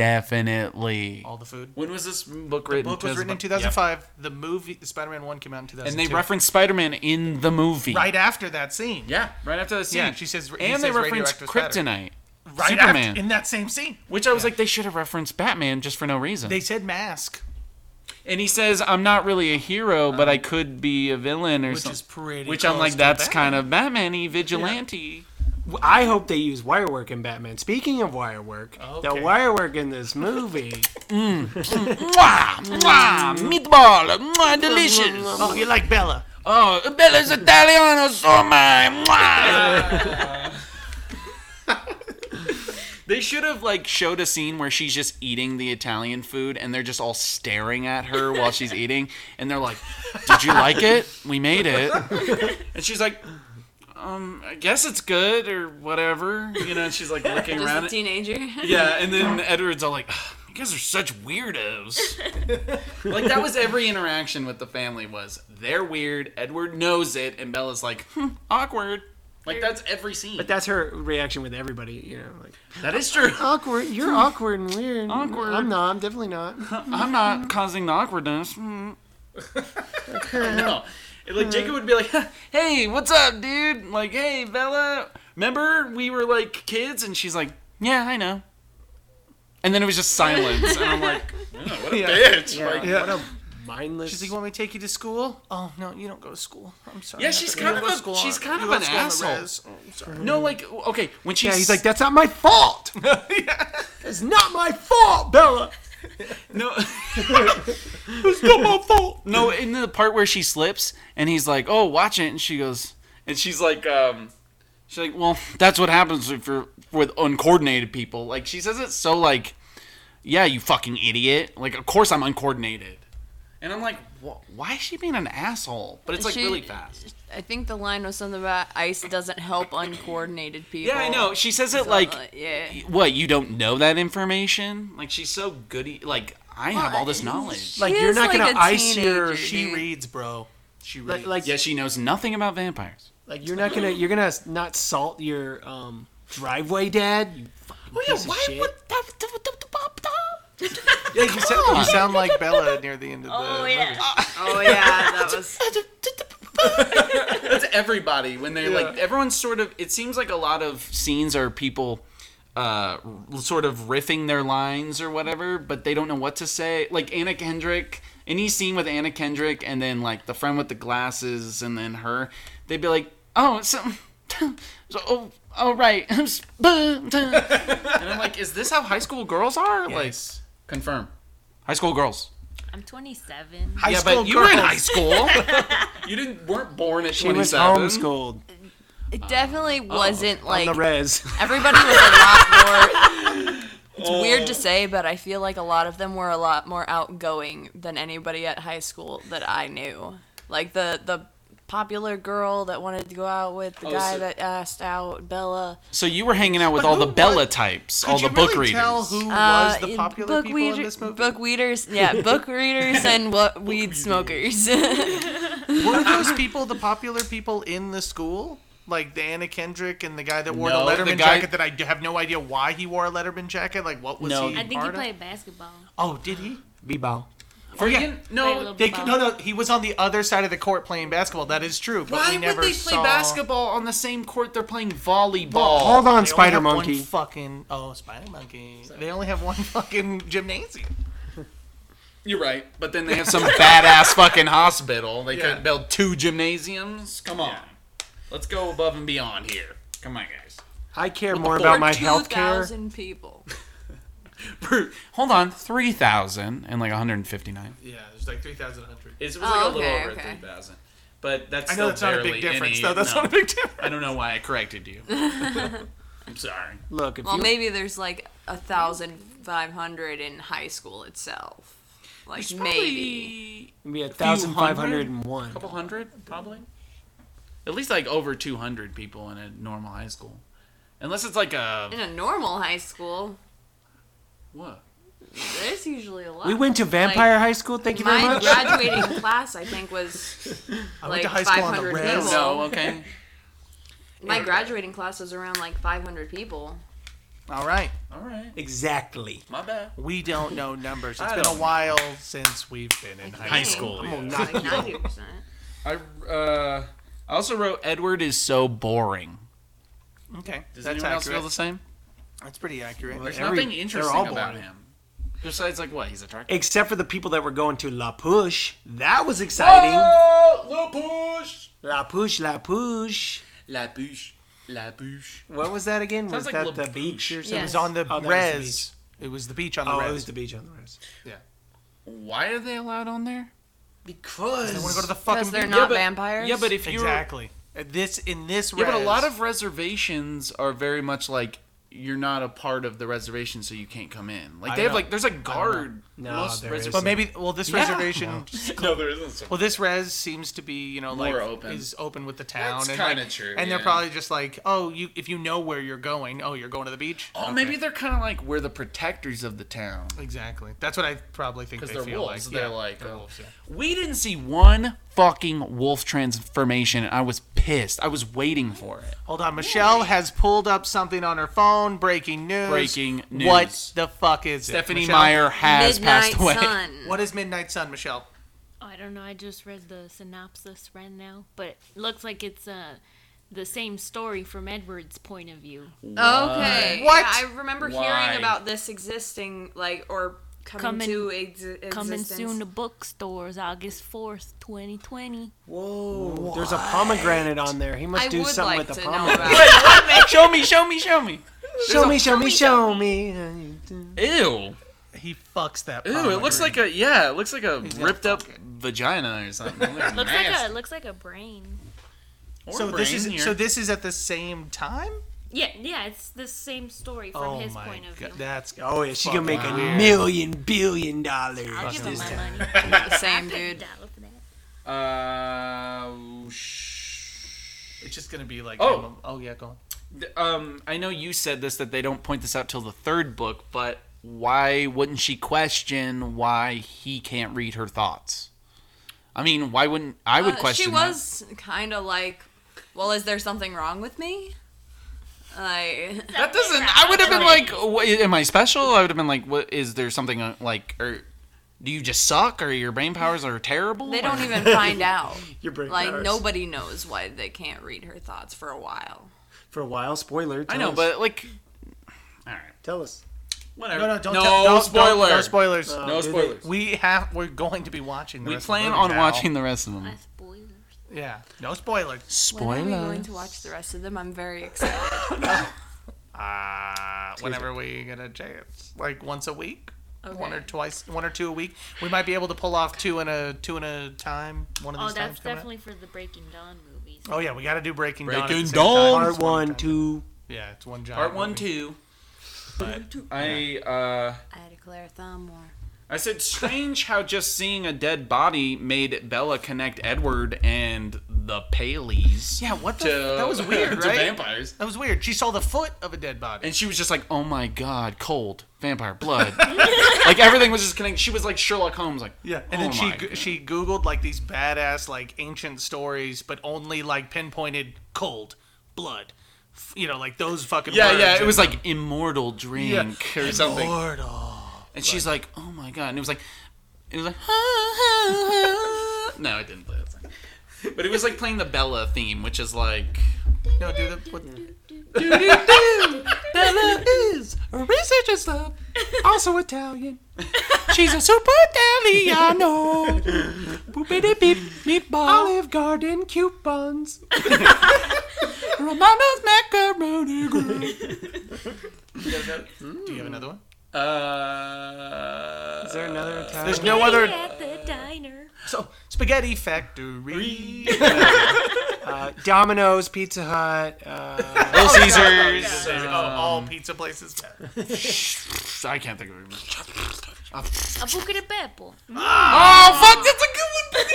Speaker 5: definitely.
Speaker 2: all the food?
Speaker 5: When was this book written?
Speaker 2: book was written in 2005. The movie, Spider Man 1, came out in
Speaker 5: And
Speaker 2: 2002.
Speaker 5: they reference Spider-Man in the movie.
Speaker 2: right after that scene.
Speaker 5: Yeah, right after the scene.
Speaker 2: Yeah, she says- he
Speaker 5: and they
Speaker 2: says
Speaker 5: reference
Speaker 2: radioactive spider.
Speaker 5: Kryptonite,
Speaker 2: Right
Speaker 5: Superman,
Speaker 2: after, in that same scene.
Speaker 5: which I was like, they should have referenced Batman just for no reason.
Speaker 2: They said mask,
Speaker 5: and he says, "I'm not really a hero, but I could be a villain or
Speaker 2: Uh-huh. which
Speaker 5: something."
Speaker 2: is pretty.
Speaker 5: which I'm like, that's kind of Batman-y, vigilante.
Speaker 1: I hope they use wire work in Batman. Speaking of wire work, the
Speaker 2: Okay.
Speaker 1: wire work in this movie.
Speaker 5: Mwah, mwah, meatball, mwah, delicious.
Speaker 2: Oh, you like Bella?
Speaker 5: Oh, Bella's Italiano, so my. they should have like showed a scene where she's just eating the Italian food, and they're just all staring at her while she's eating, and they're like, "Did you like it? We made it." And she's like, "Um, I guess it's good or whatever," you know. And she's like looking
Speaker 4: just
Speaker 5: around.
Speaker 4: a
Speaker 5: It.
Speaker 4: teenager.
Speaker 5: Yeah, and then Edward's all like, "Ugh, "You guys are such weirdos." like that was every interaction with the family was they're weird. Edward knows it, and Bella's like, hmm, "Awkward." Like that's every scene.
Speaker 1: But that's her reaction with everybody, you know, like
Speaker 5: that is true.
Speaker 1: awkward. You're awkward and weird.
Speaker 5: Awkward.
Speaker 1: I'm not. I'm definitely not.
Speaker 5: I'm not causing the awkwardness. Hmm. no, And, like Jacob would be like, "Hey, what's up, dude?" Like, "Hey, Bella, remember we were like kids?" And she's like, "Yeah, I know." And then it was just silence, and I'm like,
Speaker 3: Yeah, what a bitch. Like,
Speaker 1: What a mindless.
Speaker 2: She's like, "Want me to take you to school?" Oh no, you don't go to school. I'm sorry.
Speaker 5: Yeah,
Speaker 2: I
Speaker 5: she's
Speaker 2: forgot
Speaker 5: kind
Speaker 2: you
Speaker 5: of
Speaker 2: go
Speaker 5: a-
Speaker 2: to school.
Speaker 5: she's kind
Speaker 2: You
Speaker 5: of
Speaker 2: go
Speaker 5: an
Speaker 2: to school on the
Speaker 5: asshole.
Speaker 2: res. Oh, I'm sorry.
Speaker 5: No, like okay, when she's
Speaker 1: yeah, he's like, that's not my fault. It's not my fault, Bella.
Speaker 5: no, it's not my fault. No, in the part where she slips and he's like, oh, watch it, and she goes, and she's like, um, she's like, well, that's what happens if you're with uncoordinated people. Like she says it so like, yeah, you fucking idiot. Like of course I'm uncoordinated, and I'm like, wh- why is she being an asshole? But it's like
Speaker 4: She-
Speaker 5: really fast.
Speaker 4: I think the line was something about ice doesn't help uncoordinated people.
Speaker 5: Yeah, I know. She says it
Speaker 4: So,
Speaker 5: like,
Speaker 4: uh, yeah.
Speaker 5: what? You don't know that information? Like she's so goody. Like I have all this knowledge.
Speaker 1: Like,
Speaker 4: She
Speaker 1: you're
Speaker 4: is
Speaker 1: not
Speaker 4: like
Speaker 1: gonna
Speaker 4: a
Speaker 1: ice your.
Speaker 4: teenager,
Speaker 2: she
Speaker 4: dude.
Speaker 2: reads, bro. She reads.
Speaker 1: Like, like,
Speaker 5: Yeah, she knows nothing about vampires.
Speaker 1: like you're not gonna you're gonna not salt
Speaker 4: Oh,
Speaker 1: your um driveway, Dad. You fucking piece of shit.
Speaker 2: Yeah, you sound, you sound like Bella near the end of the
Speaker 6: Oh
Speaker 2: movie.
Speaker 6: yeah.
Speaker 4: Oh yeah, that was.
Speaker 5: That's everybody when they're like
Speaker 2: Yeah.
Speaker 5: everyone's sort of. It seems like a lot of scenes are people uh r- sort of riffing their lines or whatever, but they don't know what to say. Like Anna Kendrick, any scene with Anna Kendrick, and then like the friend with the glasses, and then her, they'd be like, oh, so, so oh. Oh right, and I'm like, is this how high school girls are?
Speaker 2: Yes.
Speaker 5: Like, confirm, high school girls.
Speaker 6: I'm 27.
Speaker 2: High
Speaker 5: yeah,
Speaker 2: school
Speaker 5: but you were in
Speaker 2: girls.
Speaker 5: high school. you didn't weren't born at
Speaker 1: She was
Speaker 5: 27.
Speaker 1: homeschooled
Speaker 4: It definitely wasn't like
Speaker 1: on the res.
Speaker 4: everybody was a lot more. It's weird
Speaker 2: Oh.
Speaker 4: to say, but I feel like a lot of them were a lot more outgoing than anybody at high school that I knew. Like the the popular girl that wanted to go out with the
Speaker 5: Oh,
Speaker 4: guy
Speaker 5: so-
Speaker 4: that asked out Bella.
Speaker 5: So you were hanging out with
Speaker 2: But
Speaker 5: all the
Speaker 2: who
Speaker 5: Bella
Speaker 2: was-
Speaker 5: types,
Speaker 2: Could
Speaker 5: all
Speaker 2: you
Speaker 5: the book
Speaker 2: really
Speaker 5: readers.
Speaker 2: tell who
Speaker 4: Uh,
Speaker 2: was the popular
Speaker 4: book
Speaker 2: people in
Speaker 4: reader-
Speaker 2: this movie?
Speaker 4: Book readers, yeah, book readers and wa- weed smokers.
Speaker 2: Were those people the popular people in the school? Like the Anna Kendrick and the guy that wore
Speaker 5: No,
Speaker 2: the
Speaker 5: the
Speaker 2: Letterman
Speaker 5: guy-
Speaker 2: jacket that I d- have no idea why he wore a Letterman jacket. Like, what was
Speaker 5: No.
Speaker 2: he?
Speaker 6: I think he
Speaker 2: part of?
Speaker 6: played basketball.
Speaker 2: Oh, did he? Oh,
Speaker 1: B-ball.
Speaker 5: Or you-
Speaker 6: Played a little
Speaker 5: no,
Speaker 2: They,
Speaker 6: ball.
Speaker 2: no, no, he was on the other side of the court playing basketball. That is true. But
Speaker 5: why
Speaker 2: we
Speaker 5: would
Speaker 2: never
Speaker 5: they play
Speaker 2: saw...
Speaker 5: basketball on the same court they're playing volleyball?
Speaker 1: Hold
Speaker 2: They
Speaker 1: on,
Speaker 2: only
Speaker 1: Spider
Speaker 2: have one
Speaker 1: Monkey.
Speaker 2: Fucking oh, Spider Monkey. They only have one fucking gymnasium.
Speaker 5: You're right, but then they have some badass fucking hospital. They
Speaker 2: Yeah.
Speaker 5: couldn't build two gymnasiums. Come on, let's go above and beyond here. Come on, guys.
Speaker 1: I care more
Speaker 5: the
Speaker 1: about
Speaker 5: fuck?
Speaker 1: my
Speaker 4: Two
Speaker 1: health care.
Speaker 4: thousand people.
Speaker 5: Hold on, three thousand and like 159.
Speaker 2: Yeah, there's like three thousand hundred.
Speaker 5: It was
Speaker 4: like, Oh, a little okay, over okay.
Speaker 5: 3,000, but that's
Speaker 2: I know that's not a big difference, though. That's not a big difference.
Speaker 5: I don't know why I corrected you. I'm sorry.
Speaker 1: Look, if
Speaker 4: Well,
Speaker 1: you
Speaker 4: maybe there's like a thousand five hundred in high school itself. Like maybe.
Speaker 1: be a
Speaker 5: few
Speaker 1: thousand five hundred and one.
Speaker 5: couple hundred probably at least like over 200 people in a normal high school unless it's like a
Speaker 4: In a normal high school,
Speaker 5: what
Speaker 4: there's usually a lot.
Speaker 1: We went to Vampire High School. Thank you very
Speaker 4: My
Speaker 1: much.
Speaker 4: graduating class, I think, was
Speaker 2: I
Speaker 4: like
Speaker 2: went to high school on the
Speaker 4: 500
Speaker 2: res.
Speaker 4: people.
Speaker 5: no okay
Speaker 4: my graduating class was around like 500 people.
Speaker 2: All right,
Speaker 5: all right
Speaker 1: Exactly.
Speaker 5: my bad
Speaker 2: we don't know numbers. It's
Speaker 5: I
Speaker 2: been a
Speaker 5: don't know.
Speaker 2: while since we've been in high
Speaker 5: high
Speaker 4: Dang.
Speaker 5: school yeah.
Speaker 4: It's Like 90%.
Speaker 5: i uh i also wrote edward is so boring
Speaker 2: school. Okay,
Speaker 5: does
Speaker 2: that's
Speaker 5: anyone else
Speaker 2: accurate.
Speaker 5: feel the same
Speaker 2: That's pretty accurate.
Speaker 5: there's
Speaker 1: Every-
Speaker 5: nothing
Speaker 1: they're
Speaker 5: interesting
Speaker 1: all
Speaker 5: about
Speaker 1: boring.
Speaker 5: him besides like what he's attractive
Speaker 1: Except for the people that were going to La Push. That was exciting.
Speaker 5: oh, la push
Speaker 1: La Push, La Push.
Speaker 5: la push la push
Speaker 1: What was that again?
Speaker 5: Sounds
Speaker 1: was
Speaker 5: like
Speaker 1: that
Speaker 5: La
Speaker 1: the beach or something?
Speaker 2: It was on the
Speaker 1: Oh, that was the
Speaker 2: res. It was the beach on the
Speaker 1: Oh,
Speaker 2: res.
Speaker 1: it was the beach on the res.
Speaker 5: why are they allowed on there
Speaker 2: I
Speaker 1: Because
Speaker 2: want to go to the
Speaker 4: Because
Speaker 2: fucking
Speaker 4: they're
Speaker 2: beach.
Speaker 4: not
Speaker 5: but-
Speaker 4: vampires.
Speaker 5: yeah but if you're
Speaker 2: exactly. At uh, This in this
Speaker 5: Yeah,
Speaker 2: res.
Speaker 5: but a lot of reservations are very much like you're not a part of the reservation, so you can't come in. Like
Speaker 2: I
Speaker 5: they have
Speaker 2: know.
Speaker 5: like there's a guard.
Speaker 1: No, there
Speaker 5: reserv-
Speaker 2: But
Speaker 1: isn't.
Speaker 2: maybe well this
Speaker 5: Yeah.
Speaker 2: reservation
Speaker 5: no, there isn't.
Speaker 2: well this res seems to be you know like
Speaker 5: More open.
Speaker 2: is open with the town
Speaker 5: That's
Speaker 2: and
Speaker 5: kinda
Speaker 2: like-
Speaker 5: true,
Speaker 2: and
Speaker 5: yeah.
Speaker 2: they're probably just like oh you if you know where you're going oh you're going to the beach
Speaker 5: Oh, maybe they're kind of like we're the protectors of the town
Speaker 2: exactly that's what I probably think
Speaker 5: because
Speaker 2: they
Speaker 5: they're
Speaker 2: feel
Speaker 5: wolves.
Speaker 2: like
Speaker 5: they're
Speaker 2: Yeah,
Speaker 5: like,
Speaker 2: they're
Speaker 5: oh.
Speaker 2: wolves, yeah.
Speaker 5: we didn't see one fucking wolf transformation, and I was pissed. I was waiting for it.
Speaker 2: hold on Michelle has pulled up something on her phone breaking news
Speaker 5: Breaking
Speaker 2: what
Speaker 5: news.
Speaker 2: the fuck is it
Speaker 5: Stephanie
Speaker 2: Michelle?
Speaker 5: Meyer has
Speaker 4: Midnight
Speaker 5: passed away.
Speaker 4: Sun.
Speaker 2: what is Midnight Sun Michelle
Speaker 6: Oh, I don't know. I just read the synopsis right now, but it looks like it's uh, the same story from Edward's point of view.
Speaker 4: Okay.
Speaker 2: What?
Speaker 4: Yeah, I remember
Speaker 5: Why?
Speaker 4: hearing about this existing, like, or coming,
Speaker 6: Coming-
Speaker 4: to exi-
Speaker 6: Coming
Speaker 4: existence.
Speaker 6: soon to bookstores, August fourth, twenty twenty.
Speaker 1: Whoa, there's a pomegranate on there. He must
Speaker 4: I
Speaker 1: do
Speaker 4: would
Speaker 1: something
Speaker 4: like
Speaker 1: with
Speaker 4: to
Speaker 1: the
Speaker 4: know
Speaker 1: pomegranate.
Speaker 4: about
Speaker 5: show me, show me, show me.
Speaker 1: Show me, show me, show me.
Speaker 5: Ew.
Speaker 2: he fucks that
Speaker 5: Ew, it looks like a yeah, it looks like a ripped up vagina or something. It looks
Speaker 6: Looks
Speaker 5: nasty.
Speaker 6: like a looks like a brain.
Speaker 5: Or
Speaker 2: so this is
Speaker 5: brain,
Speaker 2: so
Speaker 5: you're-
Speaker 2: this is at the same time Oh
Speaker 6: Yeah, yeah. It's the same story from his point of view.
Speaker 2: that's
Speaker 1: Oh yeah, she
Speaker 2: fucking
Speaker 1: gonna make a
Speaker 2: weird.
Speaker 1: million billion dollars
Speaker 6: I'll give him
Speaker 1: this
Speaker 6: my
Speaker 1: time.
Speaker 6: money.
Speaker 4: the same
Speaker 6: Paid a
Speaker 4: dude.
Speaker 6: dollar for that.
Speaker 5: Uh, sh-
Speaker 2: It's just gonna be like
Speaker 5: Oh.
Speaker 2: um, oh yeah, go on.
Speaker 5: th- um, I know you said this that they don't point this out till the third book, but why wouldn't she question why he can't read her thoughts? I mean, why wouldn't I would
Speaker 4: Uh,
Speaker 5: question?
Speaker 4: She
Speaker 5: that.
Speaker 4: was kind of like, well, is there something wrong with me? Like,
Speaker 5: That doesn't. I would have been like, what, "Am I special?" I would have been like, "What is there something uh, like? Or do you just suck? Or your brain powers are terrible?"
Speaker 4: they
Speaker 5: or-
Speaker 4: don't even find out.
Speaker 1: Your brain
Speaker 4: Like,
Speaker 1: powers.
Speaker 4: nobody knows why they can't read her thoughts for a while.
Speaker 1: For a while, spoiler.
Speaker 5: I
Speaker 1: tell
Speaker 5: know,
Speaker 1: us.
Speaker 5: but like,
Speaker 1: tell us.
Speaker 5: whatever.
Speaker 2: No, don't
Speaker 3: No
Speaker 2: tell- don't-
Speaker 3: spoiler.
Speaker 2: don't- no spoilers.
Speaker 1: Uh,
Speaker 3: No spoilers.
Speaker 2: we have. We're going to be watching. The
Speaker 5: we
Speaker 2: rest of
Speaker 5: plan
Speaker 2: the movies
Speaker 5: on
Speaker 2: now.
Speaker 5: watching the rest of them.
Speaker 6: Spoilers.
Speaker 2: Yeah. No spoilers.
Speaker 4: When are we
Speaker 5: Spoilers.
Speaker 4: going to watch the rest of them? I'm very excited.
Speaker 2: Uh, whenever we get a chance, like once a week, one or
Speaker 6: Okay.
Speaker 2: twice, one or two a week, we might be able to pull off two in a two in a time. One of
Speaker 6: Oh,
Speaker 2: these
Speaker 6: that's
Speaker 2: times coming up.
Speaker 6: definitely for the Breaking Dawn movies.
Speaker 2: Oh yeah, we got to do Breaking, Dawn. at the
Speaker 3: Breaking
Speaker 2: same
Speaker 3: Dawn.
Speaker 2: time.
Speaker 1: Part
Speaker 2: It's one
Speaker 1: one,
Speaker 2: time.
Speaker 1: two.
Speaker 2: Yeah, it's one giant.
Speaker 5: Part one,
Speaker 2: movie.
Speaker 5: two. I uh,
Speaker 4: I declare Thalmor.
Speaker 5: I said strange how just seeing a dead body made Bella connect Edward and the Paleys.
Speaker 2: Yeah, what the?
Speaker 3: To,
Speaker 2: that was weird,
Speaker 3: to
Speaker 2: right?
Speaker 3: vampires.
Speaker 2: That was weird. She saw the foot of a dead body.
Speaker 5: And she was just like, "Oh my god, cold vampire blood!" like everything was just connected. She was like Sherlock Holmes, like
Speaker 2: Yeah, and
Speaker 5: "Oh
Speaker 2: then she
Speaker 5: my
Speaker 2: go-
Speaker 5: God."
Speaker 2: she googled like these badass like ancient stories, but only like pinpointed cold blood, F- you know, like those fucking.
Speaker 5: yeah,
Speaker 2: words.
Speaker 5: yeah. It
Speaker 2: And-
Speaker 5: was like immortal drink or something.
Speaker 2: Mortal.
Speaker 5: And she's like, "Oh my god!" And it was like, it was like, no, I didn't play that song. But it was like playing the Bella theme, which is like,
Speaker 2: No, do the what,
Speaker 1: Bella is a researcher's love, also Italian. She's a super Italiano. Boopity beep beep Olive Garden coupons. Romano's macaroni group.
Speaker 2: Do you have another one?
Speaker 3: Uh,
Speaker 1: Is there another Italian?
Speaker 2: There's no other.
Speaker 6: At the diner.
Speaker 2: So spaghetti factory.
Speaker 1: uh, Domino's, Pizza Hut. Uh,
Speaker 5: Little Caesars.
Speaker 2: Oh, all pizza places.
Speaker 5: I can't think of it.
Speaker 6: A bucket of pepper.
Speaker 5: Oh fuck, that's a good one. fuck,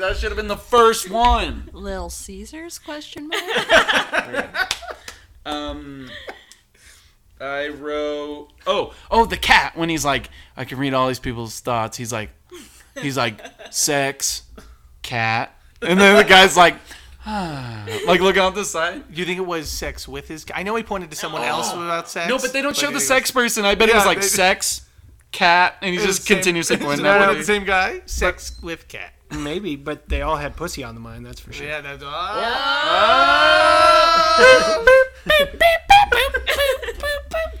Speaker 5: that should have been the first one.
Speaker 4: Little Caesars? Question mark.
Speaker 5: Um, I wrote. Oh, oh, the cat. When he's like, I can read all these people's thoughts. He's like, he's like, sex, cat, and then the guy's like, ah, like looking off the side.
Speaker 2: Do you think it was sex with his? I know he pointed to someone else about sex.
Speaker 5: No, but they don't show
Speaker 2: it
Speaker 5: the
Speaker 2: was-
Speaker 5: sex person. I bet it was
Speaker 2: Yeah,
Speaker 5: like
Speaker 2: they-
Speaker 5: sex, cat, and
Speaker 2: it
Speaker 5: he
Speaker 2: was
Speaker 5: just
Speaker 2: the same-
Speaker 5: continuously
Speaker 2: Isn't
Speaker 5: pointing
Speaker 2: that
Speaker 5: that
Speaker 2: the
Speaker 5: way.
Speaker 2: same guy? Sex with cat.
Speaker 1: maybe, but they all had pussy on the mind. That's for sure.
Speaker 2: Yeah, oh. that's.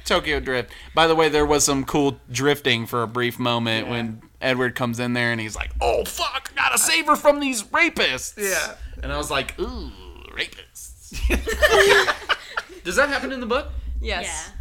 Speaker 5: Tokyo Drift. By the way, there was some cool drifting for a brief moment when Edward comes in there and he's like, "Oh fuck, gotta save her from these rapists."
Speaker 2: Yeah.
Speaker 5: and I was like, "Ooh, rapists." Does that happen in the book?
Speaker 4: Yes.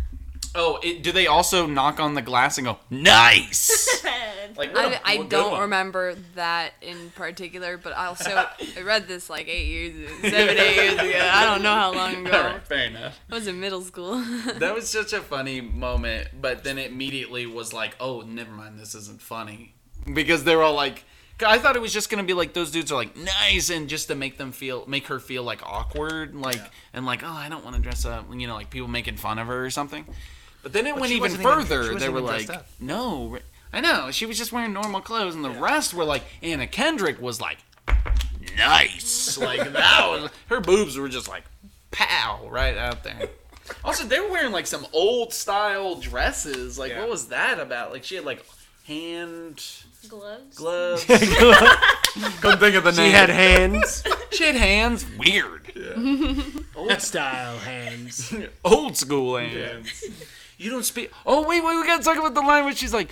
Speaker 5: Oh, it, do they also knock on the glass and go, "Nice"?
Speaker 6: Yeah.
Speaker 5: like, what
Speaker 4: I,
Speaker 5: a-
Speaker 4: I
Speaker 5: what a Oh, good
Speaker 4: don't
Speaker 5: one.
Speaker 4: remember that in particular, but I also I read this like eight years, seven, eight years ago. I don't know how long ago.
Speaker 5: All right, fair enough.
Speaker 4: I was in middle school.
Speaker 5: That was such a funny moment, but then it immediately was like, oh, never mind, this isn't funny. Because they were all like, I thought it was just gonna be like those dudes are like nice and just to make them feel, make her feel like awkward, and like and like oh I don't want to dress up, you know, like people making fun of her or something. But then it went
Speaker 2: she
Speaker 5: even
Speaker 2: wasn't even-
Speaker 5: further.
Speaker 2: she wasn't
Speaker 5: they were
Speaker 2: even dressed
Speaker 5: like,
Speaker 2: up.
Speaker 5: no, I know she was just wearing normal clothes, and the rest were like Anna Kendrick was like nice, like that was her boobs were just like pow right out there. Also, they were wearing like some old style dresses. Like,
Speaker 2: Yeah.
Speaker 5: what was that about? Like, she had like hand
Speaker 6: Gloves.
Speaker 5: gloves.
Speaker 2: Couldn't think of the
Speaker 1: She had hands.
Speaker 5: she had hands. Weird.
Speaker 1: Old style hands.
Speaker 5: Old school hands. You don't speak. Oh wait, wait. We gotta talk about the line where she's like,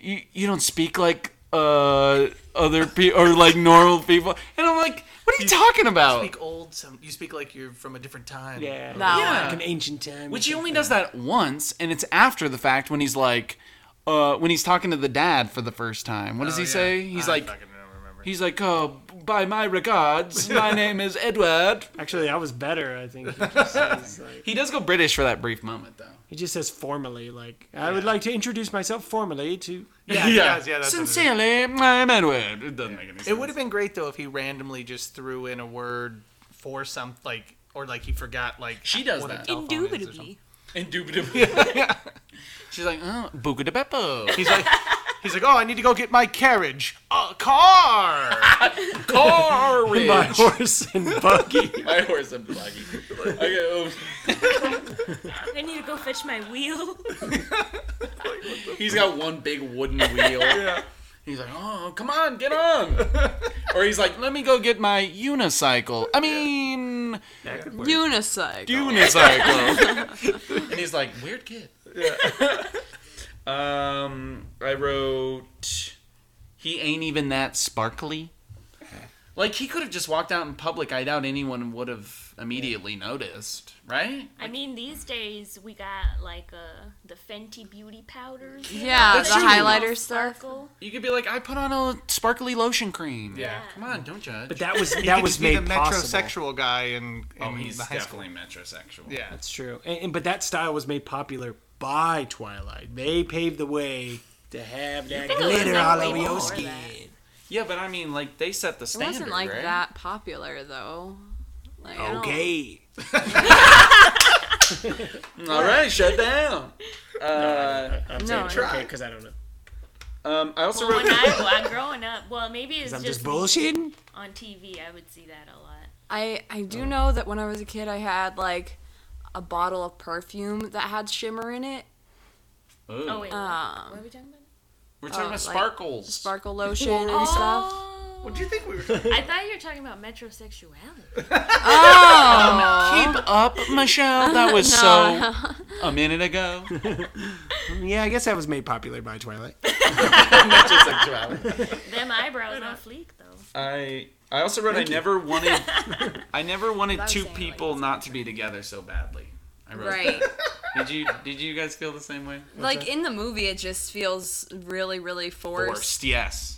Speaker 5: "You, you don't speak like uh other people or like normal people." And I'm like, "What are you talking
Speaker 2: You
Speaker 5: about?"
Speaker 2: speak old. Some you speak like you're from a different time.
Speaker 1: Yeah.
Speaker 4: That
Speaker 5: Yeah.
Speaker 1: Like an ancient time.
Speaker 5: Which he only does that once, and it's after the fact when he's like, uh, when he's talking to the dad for the first time. What does
Speaker 2: Oh,
Speaker 5: he
Speaker 2: yeah.
Speaker 5: say? He's
Speaker 2: I
Speaker 5: like,
Speaker 2: fucking don't remember.
Speaker 5: He's like, oh, by my regards, my name is Edward.
Speaker 1: Actually, that was better. I think he just says like
Speaker 5: He does go British for that brief moment, though.
Speaker 1: he just says formally like I would like to introduce myself formally to.
Speaker 2: yeah, yeah, yeah. That's what it is.
Speaker 5: Sincerely, I'm Edward. It doesn't make any sense.
Speaker 2: It would have been great though if he randomly just threw in a word for some like or like he forgot like
Speaker 5: She does
Speaker 2: what a
Speaker 5: that.
Speaker 2: telephone is or something.
Speaker 6: Indubitably.
Speaker 5: Indubitably. She's like, oh, buca de beppo.
Speaker 2: He's like he's like, "Oh, I need to go get my carriage." a car.
Speaker 3: Car
Speaker 1: My
Speaker 3: rich.
Speaker 1: horse and buggy.
Speaker 3: My horse and buggy. Okay, oh,
Speaker 6: I need to go fetch my wheel.
Speaker 3: he's got one big wooden wheel. He's like, oh, come on, get on. or he's like,
Speaker 5: Let me go get my unicycle. I mean,
Speaker 4: Unicycle.
Speaker 5: unicycle.
Speaker 3: and he's like, weird kid. um,
Speaker 5: I wrote, he ain't even that sparkly. Like he could have just walked out in public. I doubt anyone would have immediately noticed, right?
Speaker 6: I mean, these days we got like uh, the Fenty beauty powders. you
Speaker 4: Yeah,
Speaker 6: know,
Speaker 4: the
Speaker 6: that make you all
Speaker 4: highlighter stuff.
Speaker 6: sparkle.
Speaker 5: You could be like, I put on a sparkly lotion cream.
Speaker 2: Yeah.
Speaker 5: Come on, don't judge.
Speaker 1: But that was that was
Speaker 2: Just be
Speaker 1: made
Speaker 2: the
Speaker 1: possible.
Speaker 2: metrosexual guy in, in
Speaker 3: oh, he's
Speaker 2: the high
Speaker 3: definitely
Speaker 2: school.
Speaker 3: metrosexual.
Speaker 2: Yeah.
Speaker 1: That's true. And, and- but that style was made popular by Twilight. They paved the way to have that
Speaker 6: think it was
Speaker 1: glitter
Speaker 6: done
Speaker 1: all
Speaker 6: way
Speaker 1: over your
Speaker 6: before
Speaker 1: skin.
Speaker 6: that.
Speaker 5: yeah, but I mean, like they set the
Speaker 4: It
Speaker 5: standard.
Speaker 4: wasn't like
Speaker 5: right?
Speaker 4: that popular though. Like, I don't-
Speaker 1: Okay.
Speaker 5: All right, shut down. Uh,
Speaker 1: I'm
Speaker 4: saying No, it's I-
Speaker 1: okay because I don't know.
Speaker 5: um, I also
Speaker 6: Well,
Speaker 5: wrote.
Speaker 6: when I well, growing up, well, maybe it's
Speaker 1: I'm
Speaker 6: just,
Speaker 1: just bullshitting.
Speaker 6: on TV. I would see that a lot.
Speaker 4: I I do
Speaker 5: Oh.
Speaker 4: know that when I was a kid, I had like a bottle of perfume that had shimmer in it,
Speaker 5: Ooh.
Speaker 6: Oh wait, what-
Speaker 4: Um,
Speaker 6: what are we talking about?
Speaker 5: We're talking
Speaker 4: Oh,
Speaker 5: about
Speaker 4: like-
Speaker 5: sparkles.
Speaker 4: sparkle lotion and stuff.
Speaker 6: Oh.
Speaker 2: What do you think we were?
Speaker 6: I thought you were talking about metrosexuality.
Speaker 4: Oh,
Speaker 5: Keep up, Michelle. That was so a minute ago.
Speaker 1: Yeah, I guess that was made popular by Twilight.
Speaker 3: Metrosexuality.
Speaker 6: Them eyebrows on fleek though.
Speaker 5: I I also wrote I never wanted I never wanted
Speaker 6: was
Speaker 5: two
Speaker 6: saying, like,
Speaker 5: people not to be together so badly. I wrote.
Speaker 4: right.
Speaker 5: Did you did you guys feel the same way?
Speaker 4: like in the movie, it just feels really, really forced.
Speaker 5: Forced, yes.